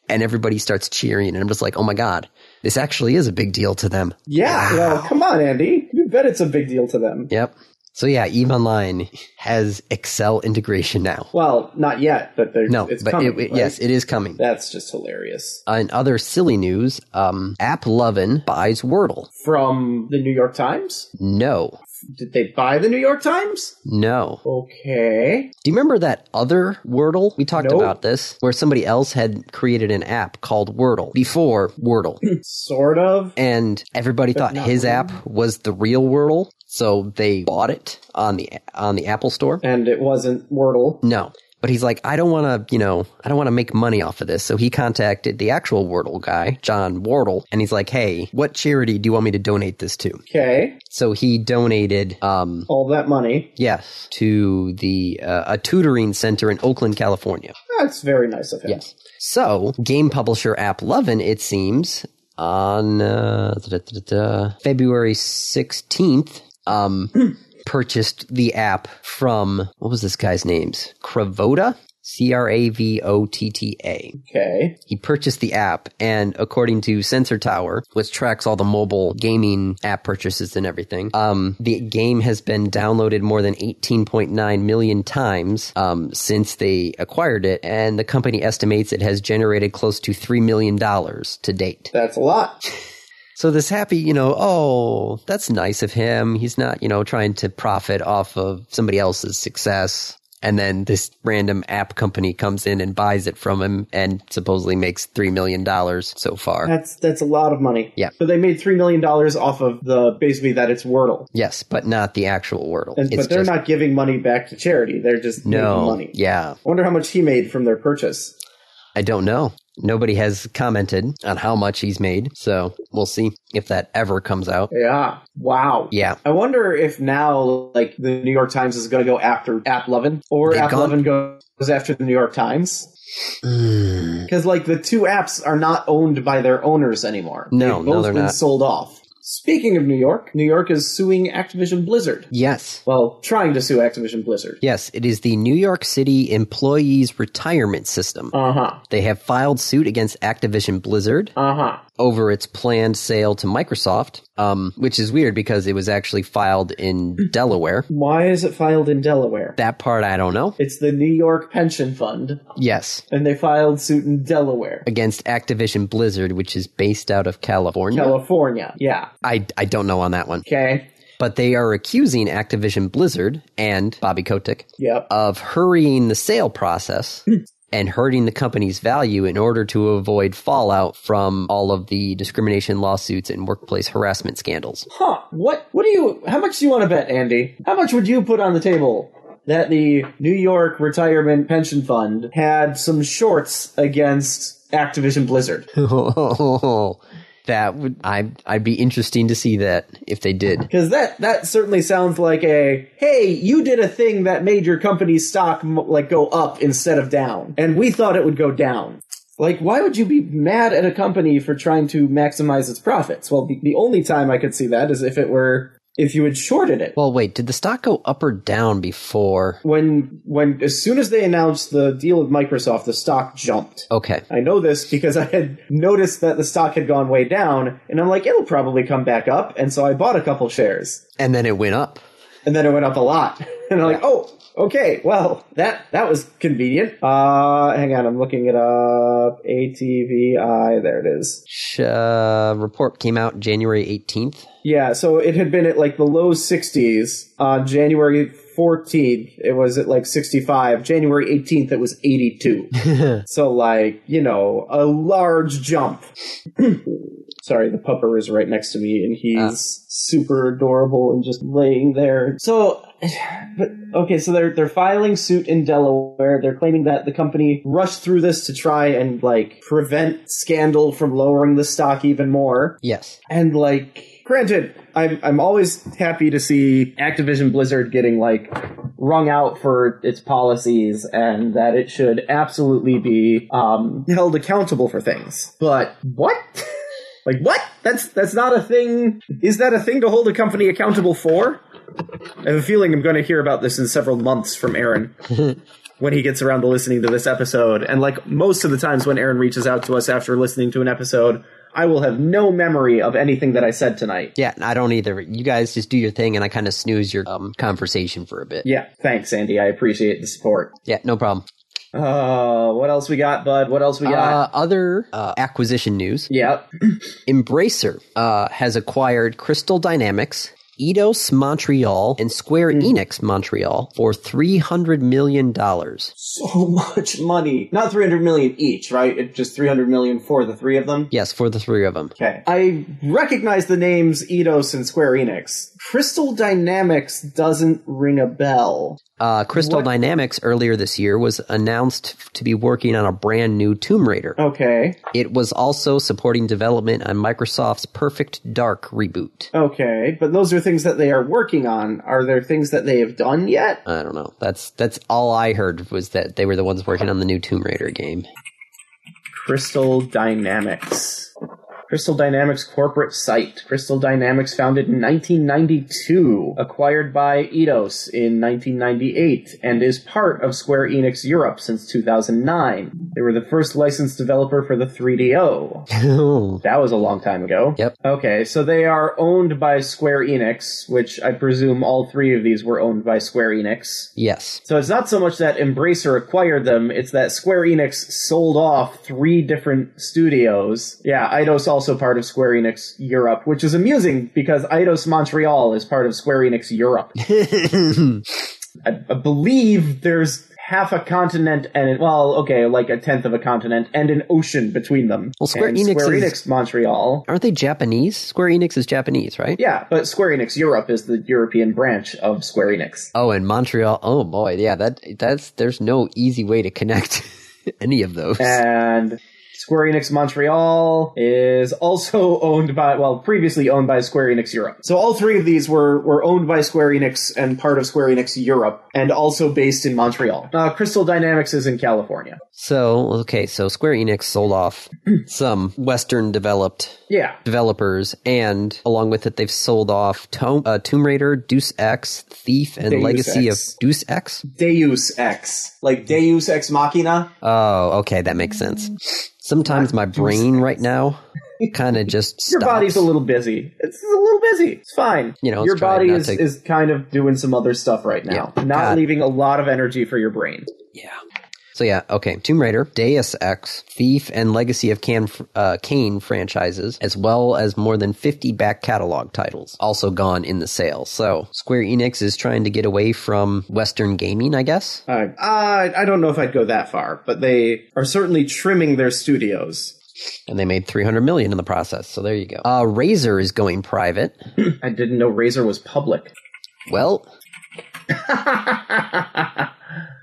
S1: and everybody starts cheering. And I'm just like, oh my God, this actually is a big deal to them.
S2: Yeah. Well, come on, Andy. You bet it's a big deal to them.
S1: Yep. So yeah, Eve Online has Excel integration now.
S2: Well, not yet, but they're,
S1: No,
S2: it's
S1: but
S2: coming.
S1: it, it-
S2: right?
S1: yes, it is coming.
S2: That's just hilarious.
S1: In other silly news, um, AppLovin buys Wordle.
S2: From the New York Times?
S1: No,
S2: Did they buy the New York Times?
S1: no.
S2: Okay.
S1: Do you remember that other Wordle? We talked
S2: Nope.
S1: about this, where somebody else had created an app called Wordle before
S2: <clears throat>
S1: Wordle.
S2: Sort of.
S1: and everybody thought
S2: not
S1: his
S2: really.
S1: app was the real Wordle, so they bought it on the on the Apple Store.
S2: And it wasn't Wordle.
S1: No. But he's like, I don't want to, you know, I don't want to make money off of this. So he contacted the actual Wordle guy, John Wardle, and he's like, hey, what charity do you want me to donate this to?
S2: Okay.
S1: So he donated um,
S2: All that money.
S1: Yes, to the uh, a tutoring center in Oakland, California.
S2: That's very nice of him.
S1: Yes. So, game publisher AppLovin, it seems, on uh, da- da- da- da, February sixteenth, um, purchased the app from what was this guy's name's Cravota. C R A V O T T A.
S2: Okay.
S1: He purchased the app, and according to Sensor Tower, which tracks all the mobile gaming app purchases and everything, um, the game has been downloaded more than 18.9 million times um, since they acquired it, and the company estimates it has generated close to $3 million to date.
S2: That's a lot.
S1: So this happy, you know, oh, that's nice of him. He's not, you know, trying to profit off of somebody else's success. And then this random app company comes in and buys it from him and supposedly makes $3 million so far.
S2: That's that's a lot of money.
S1: Yeah.
S2: But they made three million dollars off of the basically that it's Wordle.
S1: Yes, but not the actual Wordle.
S2: And,
S1: It's
S2: but they're
S1: just-
S2: not giving money back to charity. They're just making
S1: No.
S2: money.
S1: Yeah.
S2: I wonder how much he made from their purchase.
S1: I don't know. Nobody has commented on how much he's made. So we'll see if that ever comes out.
S2: Yeah. Wow.
S1: Yeah.
S2: I wonder if now, like, the New York Times is going to go after AppLovin, or
S1: They've
S2: AppLovin goes after the New York Times,
S1: Mm.
S2: because like the two apps are not owned by their owners anymore.
S1: No,
S2: They've
S1: no,
S2: both
S1: they're
S2: been
S1: not.
S2: sold off. Speaking of New York, New York is suing Activision Blizzard.
S1: Yes.
S2: Well, trying to sue Activision Blizzard.
S1: Yes, it is the New York City Employees Retirement System.
S2: Uh huh.
S1: They have filed suit against Activision Blizzard
S2: Uh huh.
S1: over its planned sale to Microsoft, um, which is weird because it was actually filed in Delaware.
S2: Why is it filed in Delaware?
S1: That part I don't know.
S2: It's the New York Pension Fund,
S1: Yes,
S2: and they filed suit in Delaware,
S1: against Activision Blizzard, which is based out of California.
S2: California. Yeah.
S1: I, I don't know on that one.
S2: Okay.
S1: But they are accusing Activision Blizzard and Bobby Kotick
S2: Yep.
S1: of hurrying the sale process and hurting the company's value in order to avoid fallout from all of the discrimination lawsuits and workplace harassment scandals.
S2: Huh. What what do you how much do you want to bet, Andy? How much would you put on the table that the New York Retirement Pension Fund had some shorts against Activision Blizzard?
S1: <laughs> that would I I'd be interesting to see that if they did.
S2: Cuz that that certainly sounds like a hey, you did a thing that made your company's stock m- like go up instead of down. And we thought it would go down. Like, why would you be mad at a company for trying to maximize its profits? Well, the, the only time I could see that is if it were if you had shorted it.
S1: Well, wait, did the stock go up or down before?
S2: when when as soon as they announced the deal with Microsoft, the stock jumped.
S1: Okay.
S2: I know this because I had noticed that the stock had gone way down, and I'm like, it'll probably come back up, and so I bought a couple shares,
S1: And then it went up.
S2: <laughs> and then it went up a lot, and I'm like, oh, Okay, well, that that was convenient. Uh, hang on, I'm looking it up. ATVI, there it is.
S1: Sh- Uh, report came out January 18th.
S2: Yeah, so it had been at like the low 60s on January 14th. It was at like 65. January 18th, it was 82. so like you know, a large jump. <clears throat> Sorry, the pupper is right next to me, and he's
S1: Ah.
S2: super adorable and just laying there. So, but okay, so they're they're filing suit in Delaware. They're claiming that the company rushed through this to try and like prevent scandal from lowering the stock even more.
S1: Yes.
S2: And like, granted, I'm I'm always happy to see
S3: Activision Blizzard getting like wrung out for its policies and that it should absolutely be um
S2: held accountable for things.
S3: but what?
S2: <laughs> Like what? That's that's not a thing. Is that a thing to hold a company accountable for? I have a feeling I'm going to hear about this in several months from Aaron when he gets around to listening to this episode. And like most of the times when Aaron reaches out to us after listening to an episode, I will have no memory of anything that I said tonight.
S1: Yeah, I don't either. You guys just do your thing, and I kind of snooze your um, conversation for a bit.
S3: yeah, thanks Andy. I appreciate the support.
S1: Yeah, no problem.
S3: Uh what else we got, bud? What else we got?
S1: Uh, other uh, acquisition news
S3: yep.
S1: Embracer uh, has acquired Crystal Dynamics, Eidos Montreal, and Square Enix Montreal for $300 million.
S2: So much money. Not 300 million each, right? It just 300 million for the three of them.
S1: Yes, for the three of them.
S2: Okay. I recognize the names Eidos and Square Enix. Crystal Dynamics doesn't ring a bell.
S1: Uh, Crystal Dynamics earlier this year was announced to be working on a brand new Tomb
S2: Oh.
S1: Raider.
S2: Okay.
S1: It was also supporting development on Microsoft's Perfect Dark reboot.
S2: Okay. But those are things that they are working on. Are there things that they have done yet?
S1: I don't know. That's that's all I heard was that they were the ones working on the new Tomb Raider game.
S3: Crystal Dynamics. Crystal Dynamics corporate site. Crystal Dynamics founded in 1992, acquired by Eidos in 1998, and is part of Square Enix Europe since 2009. They were the first licensed developer for the 3DO. That was a long time ago.
S1: Yep.
S3: Okay, so they are owned by Square Enix, which I presume all three of these were owned by Square Enix.
S1: yes. <laughs>
S3: So it's not so much that Embracer acquired them, it's that Square Enix sold off three different studios. Yeah, Eidos also part of Square Enix Europe, which is amusing because Eidos Montreal is part of Square Enix Europe. I, I believe there's half a continent and well, okay, like a tenth of a continent and an ocean between them.
S1: Well, Square
S3: And
S1: Enix
S3: Square
S1: is-
S3: Enix Montreal.
S1: Aren't they Japanese? Square Enix is Japanese, right?
S3: Yeah, but Square Enix Europe is the European branch of Square Enix.
S1: Oh, and Montreal. Oh boy, yeah. That that's there's no easy way to connect <laughs> any of those.
S3: and Square Enix Montreal is also <laughs> owned by, well, previously owned by Square Enix Europe.
S2: So all three of these were, were owned by Square Enix and part of Square Enix Europe and also based in Montreal.
S3: Uh, Crystal Dynamics is in California.
S1: so okay, so Square Enix
S3: <clears throat>
S1: sold off some Western developed
S3: Yeah.
S1: developers, and along with it, they've sold off Tom- uh, Tomb Raider, Deuce X, Thief, and
S2: Deus
S1: Legacy
S2: Ex.
S1: of Deuce X.
S2: Deus Ex. Like Deus Ex Machina?
S1: Oh, okay, that makes sense.
S3: Mm.
S1: Sometimes my brain
S3: <laughs>
S1: right now kind of just
S3: Your
S1: stops.
S3: body's a little busy. It's a little busy. It's fine.
S1: You know, it's
S3: your
S1: trying
S3: body
S1: not
S3: is,
S1: to-
S3: is kind of doing some other stuff right now.
S1: Yeah.
S3: Not
S1: God.
S3: leaving a lot of energy for your brain.
S1: Yeah. So yeah, okay. Tomb Raider, Deus Ex, Thief, and Legacy of Can, uh, Kane franchises, as well as more than 50 back catalog titles, also gone in the sale. So Square Enix is trying to get away from Western gaming, I guess.
S2: Uh, I I don't know if I'd go that far, but they are certainly trimming their studios.
S1: And they made 300 million in the process. So there you go. Uh, Razer is going private.
S3: I didn't know Razer was public. <laughs>
S1: Well,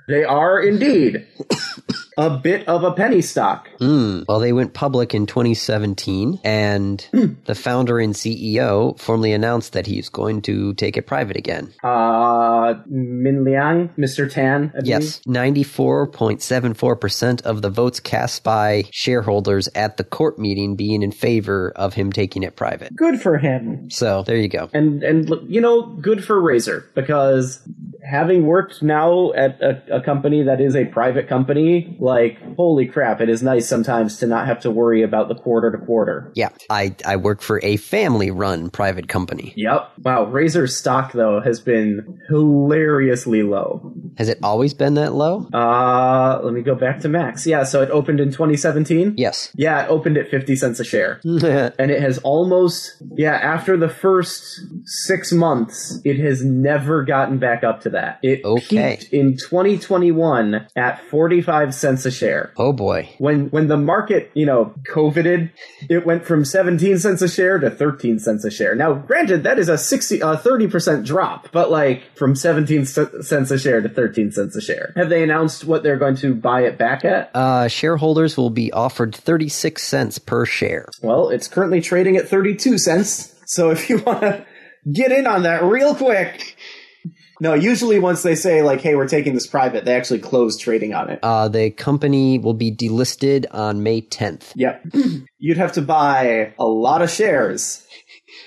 S3: they are indeed <coughs> a bit of a penny stock.
S1: hmm, well, they went public in 2017, and the founder and CEO formally announced that he's going to take it private again.
S3: Uh, Min Liang, Mr. Tan. I believe.
S1: Yes, 94.74% of the votes cast by shareholders at the court meeting being in favor of him taking it private.
S3: Good for him.
S1: So there you go.
S3: And and look, you know, good for Razer because having worked now at a, a company that is a private company, like holy crap, it is nice sometimes to not have to worry about the quarter to quarter.
S1: Yeah, I, I work for a family run private company.
S3: Yep. Wow. Razer's stock though has been hilariously low.
S1: Has it always been that low?
S3: Uh, let me go back to max. Yeah, so it opened in 2017.
S1: <laughs> Yes. Oh,
S3: Yeah, it opened at 50 cents a share.
S1: yeah.
S3: And it has almost, yeah, after the first six months, it has never gotten back up to that. It
S1: Okay.
S3: peaked in 2021 at 45 cents a share.
S1: Oh boy.
S3: When, when the market, you know, coveted, it went from 17 cents a share to 13 cents a share. Now, granted, that is a 60, a 30% drop, but like from 17 c- cents a share to 13 cents a share. Have they announced what they're going to buy it back at?
S1: Uh, shareholders will be offered 36 cents per share.
S3: Well, it's currently trading at 32 cents.
S2: So if you want to get in on that real quick. No, usually once they say, like, hey, we're taking this private, they actually close trading on it.
S1: Uh, the company will be delisted on May 10th
S3: <clears throat>
S2: Yep. You'd have to buy a lot of shares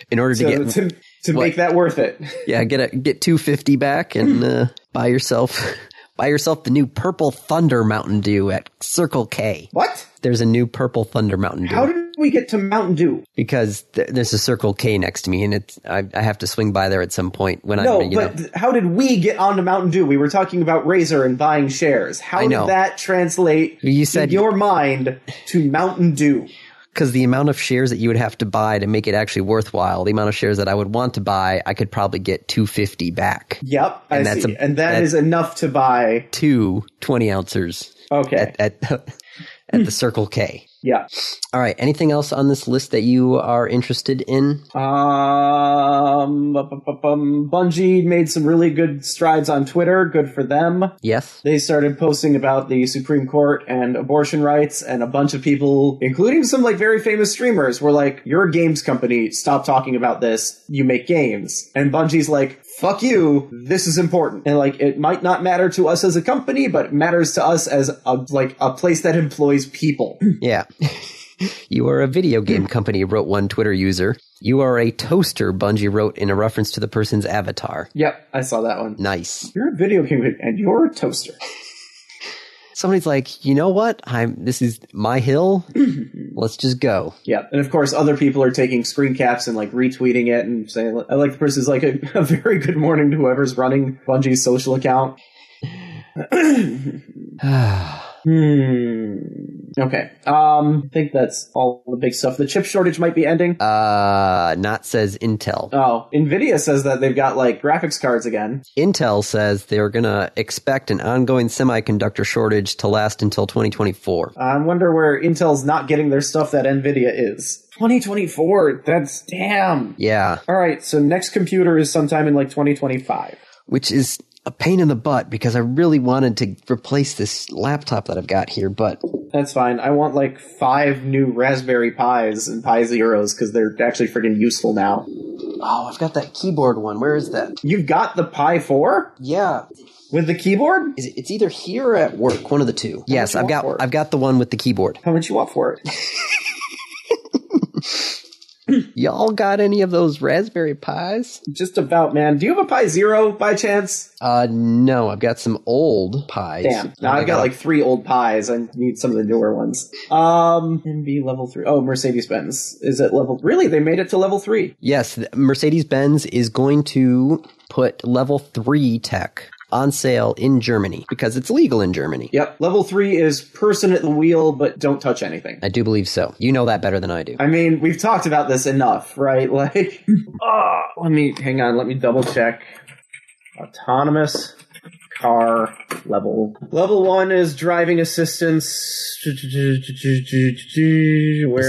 S1: in order to
S2: to,
S1: get
S2: to, to
S1: what?
S2: make that worth it.
S1: yeah get a, get 250 back and
S2: Mm.
S1: uh, buy yourself <laughs> buy yourself the new Purple Thunder Mountain Dew at Circle K.
S2: <laughs> What?
S1: There's a new Purple Thunder Mountain Dew
S2: How did we get to Mountain Dew?
S1: because th- there's a Circle K next to me and it's I, I have to swing by there at some point when I'm
S2: No,
S1: gonna, you
S2: but
S1: know.
S2: th- how did we get onto Mountain Dew? We were talking about Razor and buying shares. How
S1: I know.
S2: did that translate
S1: You said-
S2: in your mind to Mountain Dew?
S1: because the amount of shares that you would have to buy to make it actually worthwhile, the amount of shares that I would want to buy, I could probably get 250 back.
S2: Yep, I
S1: And that's
S2: see.
S1: a-
S2: and that
S1: that-
S2: is enough to buy.
S1: Two 20 ounces
S2: Okay.
S1: at, at, <laughs> at the Circle K.
S2: yeah.
S1: All right. Anything else on this list that you are interested in?
S2: Um, bu- bu- bu- bum. Bungie made some really good strides on Twitter. Good for them.
S1: Yes.
S2: They started posting about the Supreme Court and abortion rights, and a bunch of people, including some like very famous streamers, were like, "You're a games company. Stop talking about this. You make games." And Bungie's like, "Fuck you. This is important." And like, it might not matter to us as a company, but it matters to us as a like a place that employs people.
S1: Yeah. <laughs> you are a video game company, wrote one Twitter user. You are a toaster, Bungie wrote in a reference to the person's avatar.
S2: yep, I saw that one.
S1: Nice.
S2: You're a video game company, and you're a toaster.
S1: Somebody's like, you know what? I'm. This is my hill. Let's just go. <sighs>
S2: Yeah, and of course, other people are taking screen caps and like retweeting it and saying, "I like the person's like a, <laughs> a very good morning to whoever's running Bungie's social account."
S1: Uh,
S2: Hmm. Okay. Um, I think that's all the big stuff. The chip shortage might be ending.
S1: Uh, not says Intel.
S2: Oh, Nvidia says that they've got like graphics cards again.
S1: Intel says they're going to expect an ongoing semiconductor shortage to last until 2024.
S2: I wonder where Intel's not getting their stuff that Nvidia is. 2024. That's damn.
S1: Yeah,
S2: All right. So next computer is sometime in like 2025.
S1: which is a pain in the butt because I really wanted to replace this laptop that I've got here, but
S2: That's fine. I want like five new Raspberry Pis and Pi Zeros because they're actually freaking useful now.
S1: oh, I've got that keyboard one. Where is that?
S2: You've got the Pi 4
S1: Yeah,
S2: with the keyboard?
S1: is it, it's either here or at work, one of the two. Yes,
S2: you
S1: I've
S2: want
S1: got
S2: for it?
S1: I've got the one with the keyboard.
S2: How much you want for it?
S1: Y'all got any of those Raspberry Pis?
S2: Just about, man. Do you have a Pi Zero by chance?
S1: Uh, no, I've got some old pies.
S2: Damn. Now
S1: I
S2: I've got like three old Pis. I need some of the newer ones. Um, MB level three. Oh, Mercedes Benz is at level. Really, they made it to level three.
S1: Yes, Mercedes Benz is going to put level three tech on sale in Germany because it's legal in Germany.
S2: Yep. Level three is person at the wheel, but don't touch anything.
S1: I do believe so. You know that better than I do.
S2: I mean, we've talked about this enough, right? <laughs> Like,
S3: Ah, let me hang on. Let me double check. Autonomous car level. Level one is driving assistance. Where
S1: the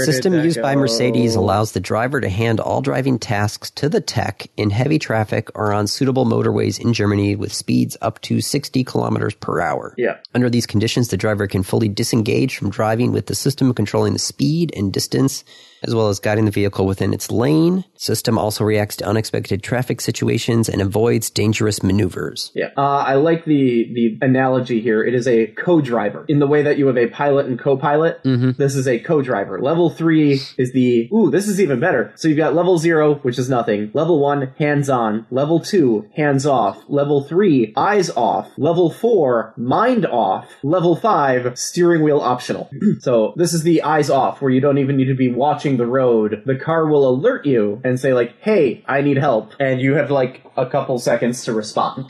S3: did
S1: system
S3: that
S1: used by
S3: go?
S1: Mercedes allows the driver to hand all driving tasks to the tech in heavy traffic or on suitable motorways in Germany with speeds up to 60 kilometers per hour.
S3: Yeah.
S1: Under these conditions, the driver can fully disengage from driving with the system controlling the speed and distance, as well as guiding the vehicle within its lane. System also reacts to unexpected traffic situations and avoids dangerous maneuvers.
S3: Yeah. Uh, I like the the analogy here. It is a co-driver in the way that you have a pilot and co-pilot. This is a co-driver. Level three is the ooh. This is even better. So you've got level zero, which is nothing. Level one, hands on. Level two, hands off. Level three, eyes off. Level four, mind off. Level five, steering wheel optional. <clears throat> so this is the eyes off, where you don't even need to be watching the road. The car will alert you and say like, "Hey, I need help," and you have like a couple seconds to respond.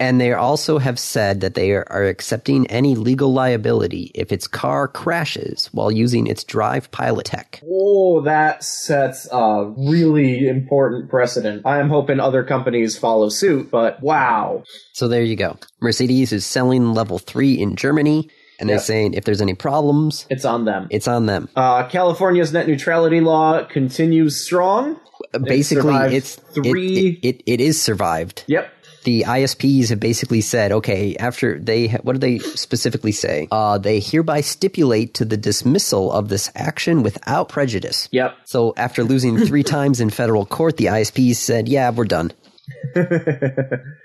S1: And they also have said that they are, are accepting any legal liability if its car crashes while using its drive pilot tech.
S2: Oh, that sets a really important precedent. I am hoping other companies follow suit, but wow.
S1: So there you go. Mercedes is selling level three in Germany, and they're
S2: Yep.
S1: saying if there's any problems,
S2: It's on them.
S1: it's on them.
S2: Uh, California's net neutrality law continues strong.
S1: basically,
S2: survived
S1: it's it-
S2: three-
S1: It, it, it is survived.
S2: Yep.
S1: the ISPs have basically said, okay, after they, what do they specifically say? Uh, they hereby stipulate to the dismissal of this action without prejudice.
S2: Yep.
S1: So after losing three times in federal court, the ISPs said, yeah, we're done.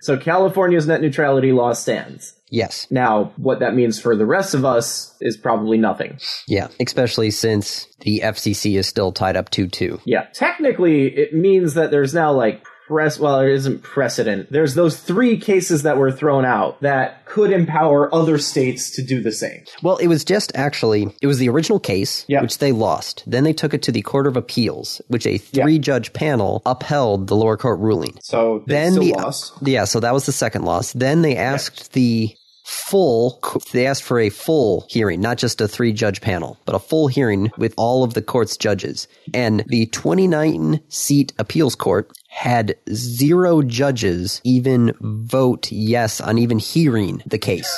S2: So California's net neutrality law stands.
S1: Yes.
S2: Now, what that means for the rest of us is probably nothing.
S1: Yeah. Especially since the FCC is still tied up 2 2.
S2: Yeah. Technically, it means that there's now like press, well, there isn't precedent. There's those three cases that were thrown out that could empower other states to do the same.
S1: Well, it was just actually, it was the original case,
S2: Yeah.
S1: which they lost. Then they took it to the Court of Appeals, which a three judge panel upheld the lower court ruling.
S2: So they
S1: then
S2: still
S1: the
S2: lost.
S1: <laughs> yeah so that was the second loss then they asked the full they asked for a full hearing not just a three judge panel but a full hearing with all of the court's judges and the 29 seat appeals court had zero judges even vote yes on even hearing the case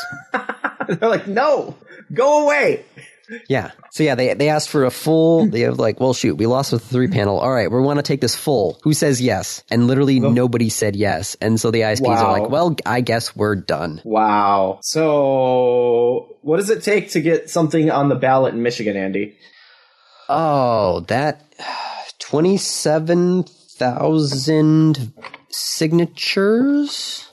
S2: They're like, no, go away.
S1: yeah so yeah they, they asked for a full they have like well shoot we lost with the three panel all right we want to take this full who says yes and literally nobody said yes and so the isps
S2: Wow.
S1: are like well i guess we're done
S2: Wow. So, what does it take to get something on the ballot in Michigan, Andy?
S1: Oh, that <sighs> 27,000 signatures?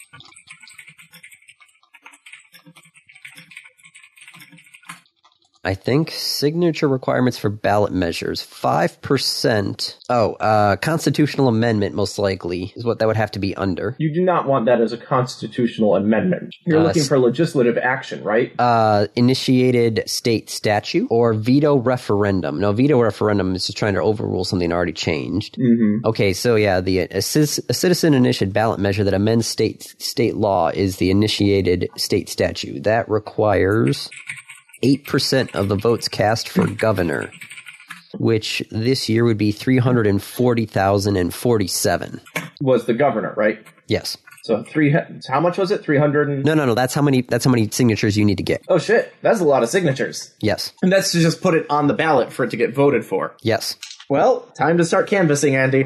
S1: I think signature requirements for ballot measures 5%. Oh, uh constitutional amendment most likely is what that would have to be under.
S2: You do not want that as a constitutional amendment. You're
S1: Uh,
S2: looking
S1: s-
S2: for legislative action, right?
S1: Uh initiated state statute or veto referendum. No, veto referendum is just trying to overrule something already changed.
S2: mm-hmm.
S1: Okay, so yeah, the a, cis- a citizen initiated ballot measure that amends state state law is the initiated state statute that requires eight percent of the votes cast for governor, which this year would be three hundred and forty thousand and forty-seven.
S2: Was the governor, right?
S1: Yes,
S2: So, three. how much was it? 300 and.
S1: no, no, no. That's how many. That's how many signatures you need to get.
S2: Oh, shit. That's a lot of signatures.
S1: Yes,
S4: And that's to just put it on the ballot for it to get voted for.
S1: yes.
S2: Well, time to start canvassing, Andy.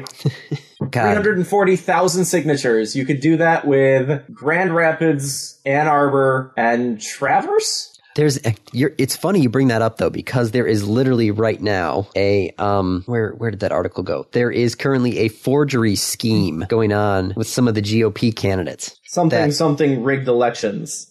S1: God,
S4: 340,000 signatures.
S2: You could do that with Grand Rapids, Ann Arbor, and Traverse?
S1: There's, a- you're, it's funny you bring that up though, because there is literally right now a, um, where, where did that article go? There is currently a forgery scheme going on with some of the GOP candidates.
S2: Something,
S1: That-
S2: something rigged elections.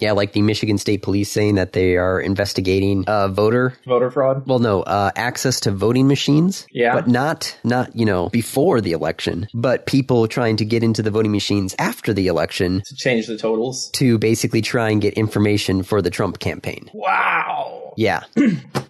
S1: Yeah, like the Michigan State Police saying that they are investigating uh, voter.
S2: Voter fraud?
S1: Well, no, uh, access to voting machines.
S2: Yeah.
S1: But not, not, you know, before the election, but people trying to get into the voting machines after the election
S2: To change the totals.
S1: to basically try and get information for the Trump campaign.
S2: Wow.
S1: Yeah.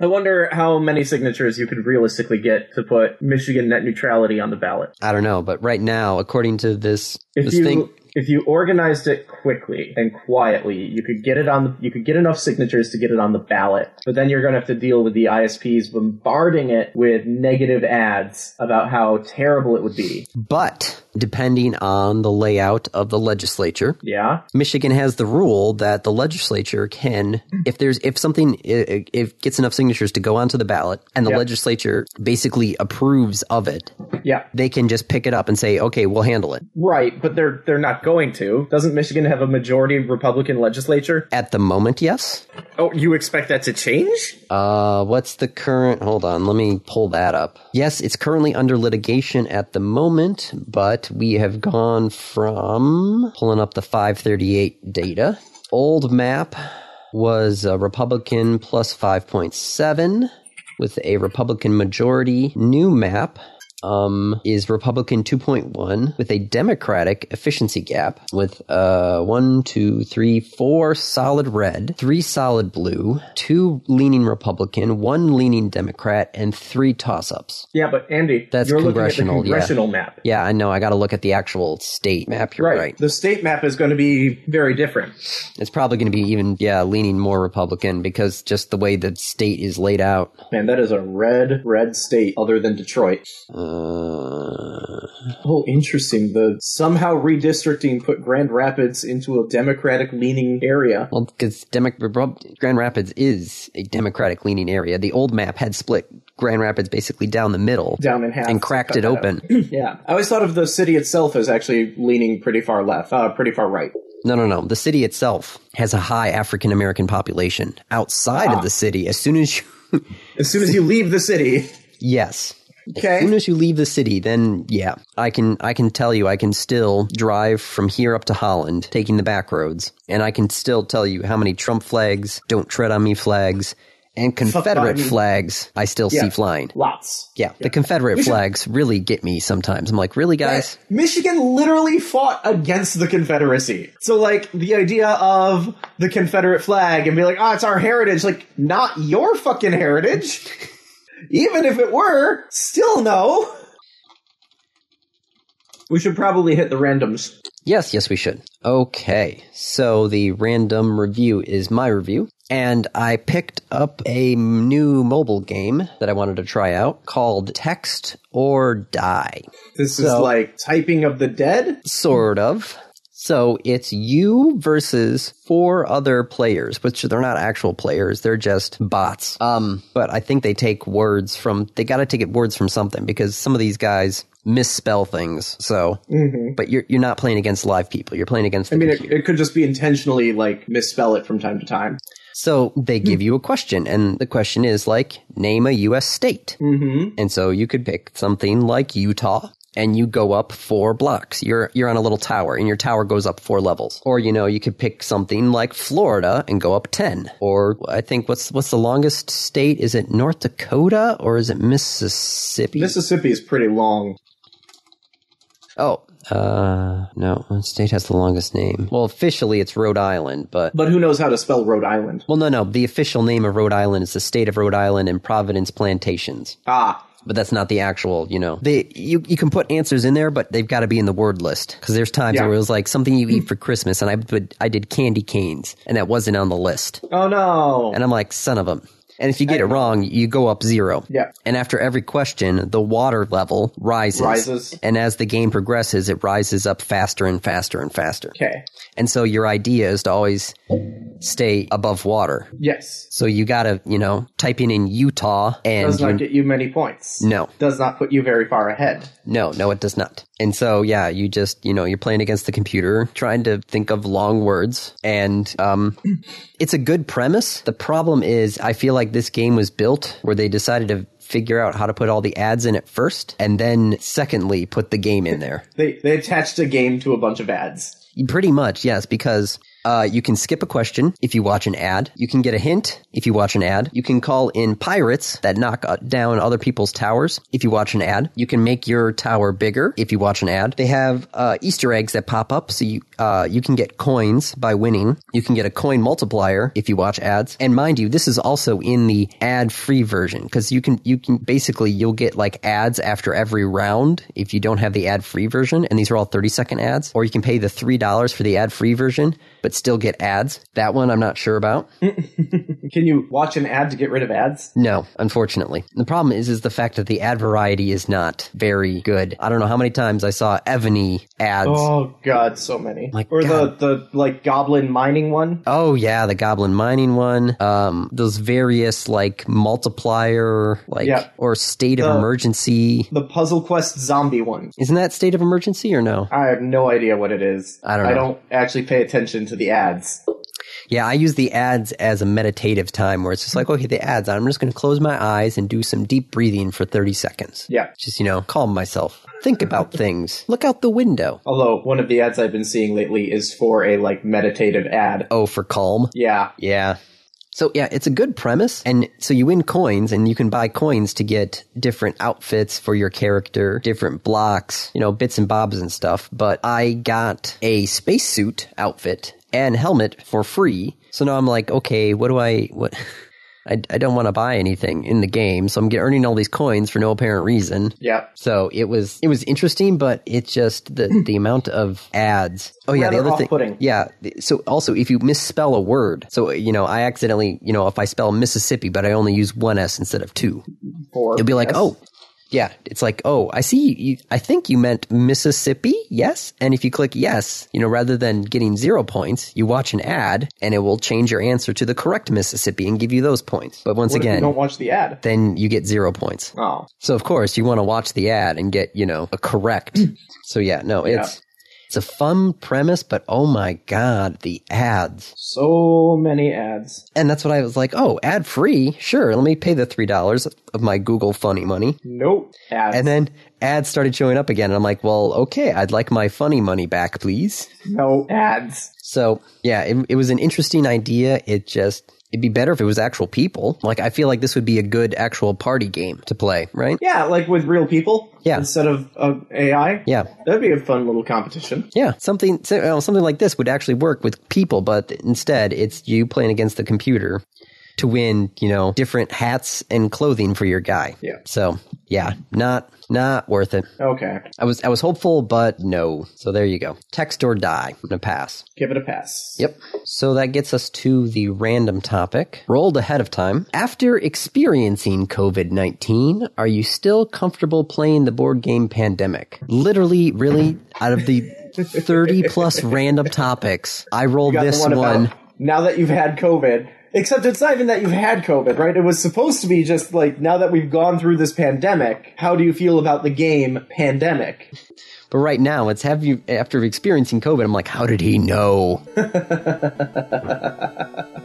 S2: I wonder how many signatures you could realistically get to put Michigan net neutrality on the ballot.
S1: I don't know, but right now, according to this
S2: If
S1: this
S2: you
S1: thing,
S2: if you organized it quickly and quietly, you could get it on the, you could get enough signatures to get it on the ballot. But then you're going to have to deal with the ISPs bombarding it with negative ads about how terrible it would be.
S1: but depending on the layout of the legislature,
S2: Yeah.
S1: Michigan has the rule that the legislature can, if there's if something i- if gets enough signatures to go onto the ballot, and the
S2: Yeah.
S1: legislature basically approves of it,
S2: Yeah.
S1: they can just pick it up and say, okay, we'll handle it.
S2: Right, but they're they're not going to. Doesn't Michigan have a majority Republican legislature?
S1: At the moment, yes.
S2: Oh, you expect that to change?
S1: Uh, what's the current? Hold on, let me pull that up. Yes, it's currently under litigation at the moment, but we have gone from pulling up the 538 data. Old map was a Republican plus 5.7 with a Republican majority. New map um, is Republican 2.1 with a Democratic efficiency gap with uh, one, two, three, four solid red, three solid blue, two leaning Republican, one leaning Democrat, and three toss ups.
S3: Yeah, but Andy,
S1: That's
S3: you're
S1: congressional,
S3: looking at the
S1: yeah.
S3: congressional map.
S1: Yeah, I know. I got to look at the actual state map. You're right.
S3: The state map is going to be very different.
S1: It's probably going to be even, yeah, leaning more Republican because just the way the state is laid out.
S2: Man, that is a red, red state other than Detroit.
S1: Uh,
S2: Oh, interesting. The somehow redistricting put Grand Rapids into a Democratic leaning
S1: <laughs>
S2: area.
S1: well, because Grand Rapids is a Democratic leaning area. The old map had split Grand Rapids basically down the middle
S2: Down in half.
S1: and cracked it
S2: <clears throat>
S1: open.
S2: Yeah. I always thought of the city itself as actually leaning pretty far left, uh, pretty far right.
S1: No, no, no. The city itself has a high African American population. Outside of the city, as soon as you,
S2: As soon as you leave the city. <laughs>
S1: yes. As
S2: Okay.
S1: soon as you leave the city, then yeah, I can I can tell you I can still drive from here up to Holland, taking the back roads, and I can still tell you how many Trump flags, don't tread on me flags, and Confederate
S2: Biden.
S1: flags I still see
S2: Yeah.
S1: flying.
S2: Lots.
S1: Yeah, the Confederate flags really get me sometimes. I'm like, really, guys?
S2: Michigan literally fought against the Confederacy. So, like, the idea of the Confederate flag and be like, oh, it's our heritage, like, not your fucking heritage. Even if it were, still no. We should probably hit the randoms.
S1: Yes, yes, we should. Okay, so the random review is my review, and I picked up a new mobile game that I wanted to try out called Text or Die.
S2: This is
S1: So-
S2: like typing of the dead.
S1: Sort of. So it's you versus four other players, which they're not actual players; they're just bots. Um, but I think they take words from they got to take it words from something because some of these guys misspell things. So, but you're you're not playing against live people; you're playing against. The
S2: Mm-hmm. I mean,
S1: computer.
S2: it, it could just be intentionally like misspell it from time to time.
S1: So they give you a question, and the question is like, name a U.S. state. Mm-hmm. And so you could pick something like Utah, and you go up four blocks. You're you're on a little tower, and your tower goes up four levels. Or you know, you could pick something like Florida and go up ten. Or I think what's what's the longest state? Is it North Dakota or is it Mississippi?
S2: Mississippi is pretty long.
S1: oh. Uh, no, what state has the longest name? Well, officially it's Rhode Island, but
S2: But who knows how to spell Rhode Island?
S1: Well, no, no. The official name of Rhode Island is the state of Rhode Island and Providence Plantations.
S2: Ah,
S1: But that's not the actual, you know. They you you can put answers in there, but they've got to be in the word list because there's times
S2: Yeah.
S1: where it was like something you eat for Christmas, and I would I did candy canes, and that wasn't on the list,
S2: oh no.
S1: and I'm like son of a. And if you get it wrong, you go up zero.
S2: Yeah.
S1: And after every question, the water level rises.
S2: Rises.
S1: And as the game progresses, it rises up faster and faster and faster.
S2: Okay.
S1: And so your idea is to always stay above water.
S2: Yes.
S1: So you gotta, you know, typing in Utah and
S2: Does not
S1: you,
S2: get you many points.
S1: Mhm. no,
S2: Does not put you very far ahead.
S1: no, no, it does not. And so, yeah, you just, you know, you're playing against the computer, trying to think of long words, and um, it's a good premise. The problem is, I feel like this game was built where they decided to figure out how to put all the ads in it first, and then secondly, put the game in there.
S2: They they attached a game to a bunch of ads.
S1: Pretty much, yes, because uh, you can skip a question if you watch an ad. You can get a hint if you watch an ad. You can call in pirates that knock uh, down other people's towers if you watch an ad. You can make your tower bigger if you watch an ad. They have uh, Easter eggs that pop up, so you uh, you can get coins by winning. You can get a coin multiplier if you watch ads. And mind you, this is also in the ad-free version because you can you can basically you'll get like ads after every round if you don't have the ad-free version, and these are all thirty-second ads. Or you can pay the three dollars for the ad-free version, but still get ads. That one I'm not sure about.
S2: Can you watch an ad to get rid of ads?
S1: No, unfortunately. The problem is is the fact that the ad variety is not very good. I don't know how many times I saw Evany ads. Oh.
S2: Oh god, so many.
S1: My
S2: or
S1: God.
S2: the the like goblin mining one.
S1: Oh, yeah, the goblin mining one. Um, those various like multiplier, like
S2: Yeah. Uh,
S1: or state of
S2: The-
S1: emergency.
S2: The puzzle quest zombie one.
S1: Isn't that state of emergency or no?
S2: I have no idea what it is.
S1: I don't know.
S2: I don't actually pay attention to the ads.
S1: Yeah, I use the ads as a meditative time where it's just like, okay, the ads. I'm just going to close my eyes and do some deep breathing for 30 seconds.
S2: Yeah.
S1: Just you know, calm myself, think about things, look out the window.
S2: Although one of the ads I've been seeing lately is for a like meditative ad.
S1: Oh, for calm.
S2: Yeah.
S1: Yeah. So yeah, it's a good premise. And so you win coins and you can buy coins to get different outfits for your character, different blocks, you know, bits and bobs and stuff. But I got a spacesuit outfit and helmet for free. So now I'm like, okay, what do I, what? <laughs> I, I don't want to buy anything in the game, so I'm get, earning all these coins for no apparent reason.
S2: Yeah.
S1: So it was it was interesting, but it's just the the amount of ads. Oh yeah, the
S2: Rather
S1: other thing.
S2: off-putting.
S1: Yeah. th- So also, if you misspell a word, so you know, I accidentally, you know, if I spell Mississippi, but I only use one s instead of two,
S2: For
S1: it'll be like,
S2: yes.
S1: oh. Yeah, it's like, oh, I see. You, I think you meant Mississippi, yes. And if you click yes, you know, rather than getting zero points, you watch an ad, and it will change your answer to the correct Mississippi and give you those points. But once
S2: What if you
S1: again,
S2: don't watch the ad.
S1: then you get zero points.
S2: Oh,
S1: So of course you want to watch the ad and get, you know, a correct. so yeah, no, it's it's a fun premise, but oh my god, the ads.
S2: so many ads.
S1: And that's what I was like, oh, ad free? Sure, let me pay the three dollars of my Google funny money.
S2: Nope. Ads.
S1: And then ads started showing up again, and I'm like, well, okay, I'd like my funny money back, please.
S2: no ads.
S1: So yeah, it, it was an interesting idea. It just it'd be better if it was actual people. Like I feel like this would be a good actual party game to play, right?
S2: Yeah, like with real people.
S1: Yeah.
S2: Instead of uh, AI.
S1: Yeah.
S2: That'd be a fun little competition.
S1: Yeah, something so- well, something like this would actually work with people, but instead it's you playing against the computer to win, you know, different hats and clothing for your guy.
S2: Yeah.
S1: So, yeah, not not worth it.
S2: Okay.
S1: I was I was hopeful, but no. So there you go. Text or die. I'm gonna pass.
S2: Give it a pass.
S1: Yep. So that gets us to the random topic. Rolled ahead of time. After experiencing COVID 19, are you still comfortable playing the board game Pandemic? Literally, really, out of the 30
S2: <laughs>
S1: plus random topics, I rolled
S2: Got the
S1: this
S2: one
S1: one.
S2: about now that you've had COVID. Except it's not even that you've had COVID, right? It was supposed to be just like now that we've gone through this pandemic, how do you feel about the game Pandemic?
S1: But right now, it's have you, after experiencing COVID, I'm like, how did he
S2: <laughs>
S1: know?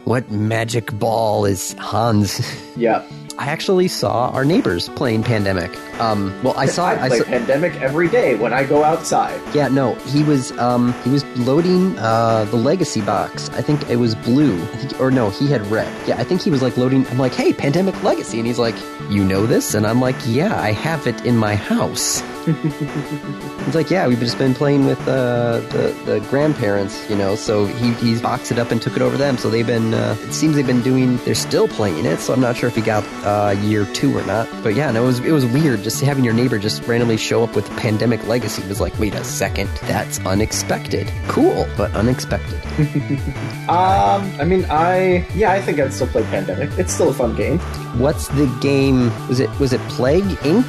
S1: what magic ball is Hans? <laughs>
S2: Yeah.
S1: I actually saw our neighbors playing Pandemic. Um, well, I saw,
S2: I play
S1: saw,
S2: Pandemic every day when I go outside.
S1: Yeah, no, he was um he was loading uh the legacy box. I think it was blue. I think or no, he had red. Yeah, I think he was like loading I'm like, "Hey, Pandemic Legacy." And he's like, "You know this?" And I'm like, "Yeah, I have it in my house." he's like, "Yeah, we've just been playing with uh the the grandparents, you know." So he he's boxed it up and took it over to them. So they've been uh, it seems they've been doing they're still playing it. So I'm not sure if he got uh year 2 or not. But yeah, no, it was it was weird just having your neighbor just randomly show up with pandemic legacy It was like, "Wait a second, that's unexpected." Cool, but unexpected.
S2: Um, I mean, I yeah, I think I'd still play Pandemic. It's still a fun game.
S1: What's the game? Was it was it Plague Inc?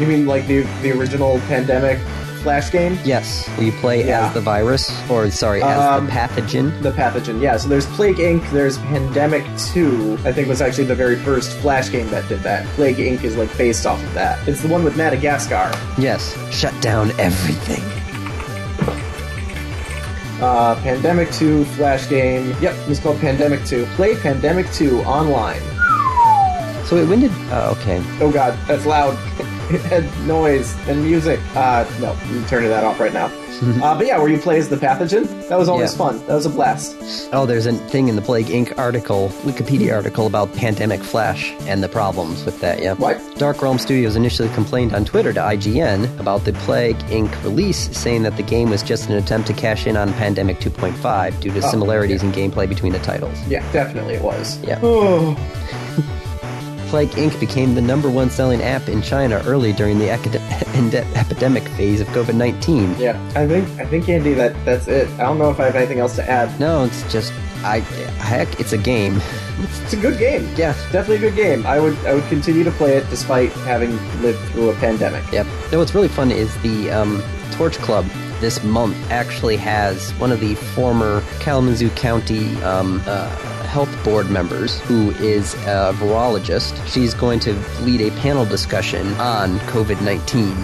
S2: You mean like the the original Pandemic Flash game?
S1: Yes, where you play
S2: Yeah.
S1: as the virus or sorry, as
S2: Um,
S1: the pathogen.
S2: The Pathogen, yeah. So there's Plague Inc., there's Pandemic 2, I think was actually the very first Flash game that did that. Plague Inc. is like based off of that. It's the one with Madagascar.
S1: Yes, shut down everything.
S2: Uh, Pandemic 2 Flash game. Yep, it's called Pandemic 2. Play Pandemic 2 online.
S1: So wait, when did Oh, okay.
S2: Oh god, that's loud. <laughs> and noise and music. Uh, no, I'm turning that off
S1: <laughs>
S2: right now. uh, but yeah, where you play as the pathogen, that was always
S1: Yeah.
S2: fun. That was a blast.
S1: Oh, there's a thing in the Plague Inc. article, Wikipedia article about pandemic flash and the problems with that, yeah.
S2: What?
S1: Dark Realm Studios initially complained on Twitter to IGN about the Plague Inc. release, saying that the game was just an attempt to cash in on Pandemic 2.5 due to
S2: Oh,
S1: similarities in gameplay between the titles.
S2: Yeah, definitely it was.
S1: Yeah.
S2: Oh.
S1: Plague Inc. became the number one selling app in China early during the acad- <laughs> ende- epidemic phase of COVID 19.
S2: <sighs> Yeah, I think I think Andy, that that's it. I don't know if I have anything else to add.
S1: No, it's just, I, heck, it's a game. <laughs>
S2: It's a good game.
S1: Yeah.
S2: Definitely a good game. I would I would continue to play it despite having lived through a pandemic.
S1: Yep. No, what's really fun is the um, Torch Club this month actually has one of the former Kalamazoo County um, uh, Health Board members who is a virologist. She's going to lead a panel discussion on COVID 19.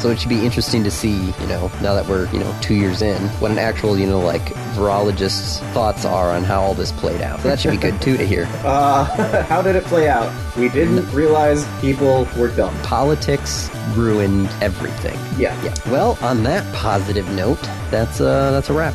S1: So it should be interesting to see, you know, now that we're, you know, two years in, what an actual, you know, like virologist's thoughts are on how all this played out. So that should be good too to hear.
S2: Uh, <laughs> how did it play out? We didn't realize people were dumb.
S1: Politics ruined everything.
S2: Yeah.
S1: Yeah. Well, on that positive note, that's uh, that's a wrap.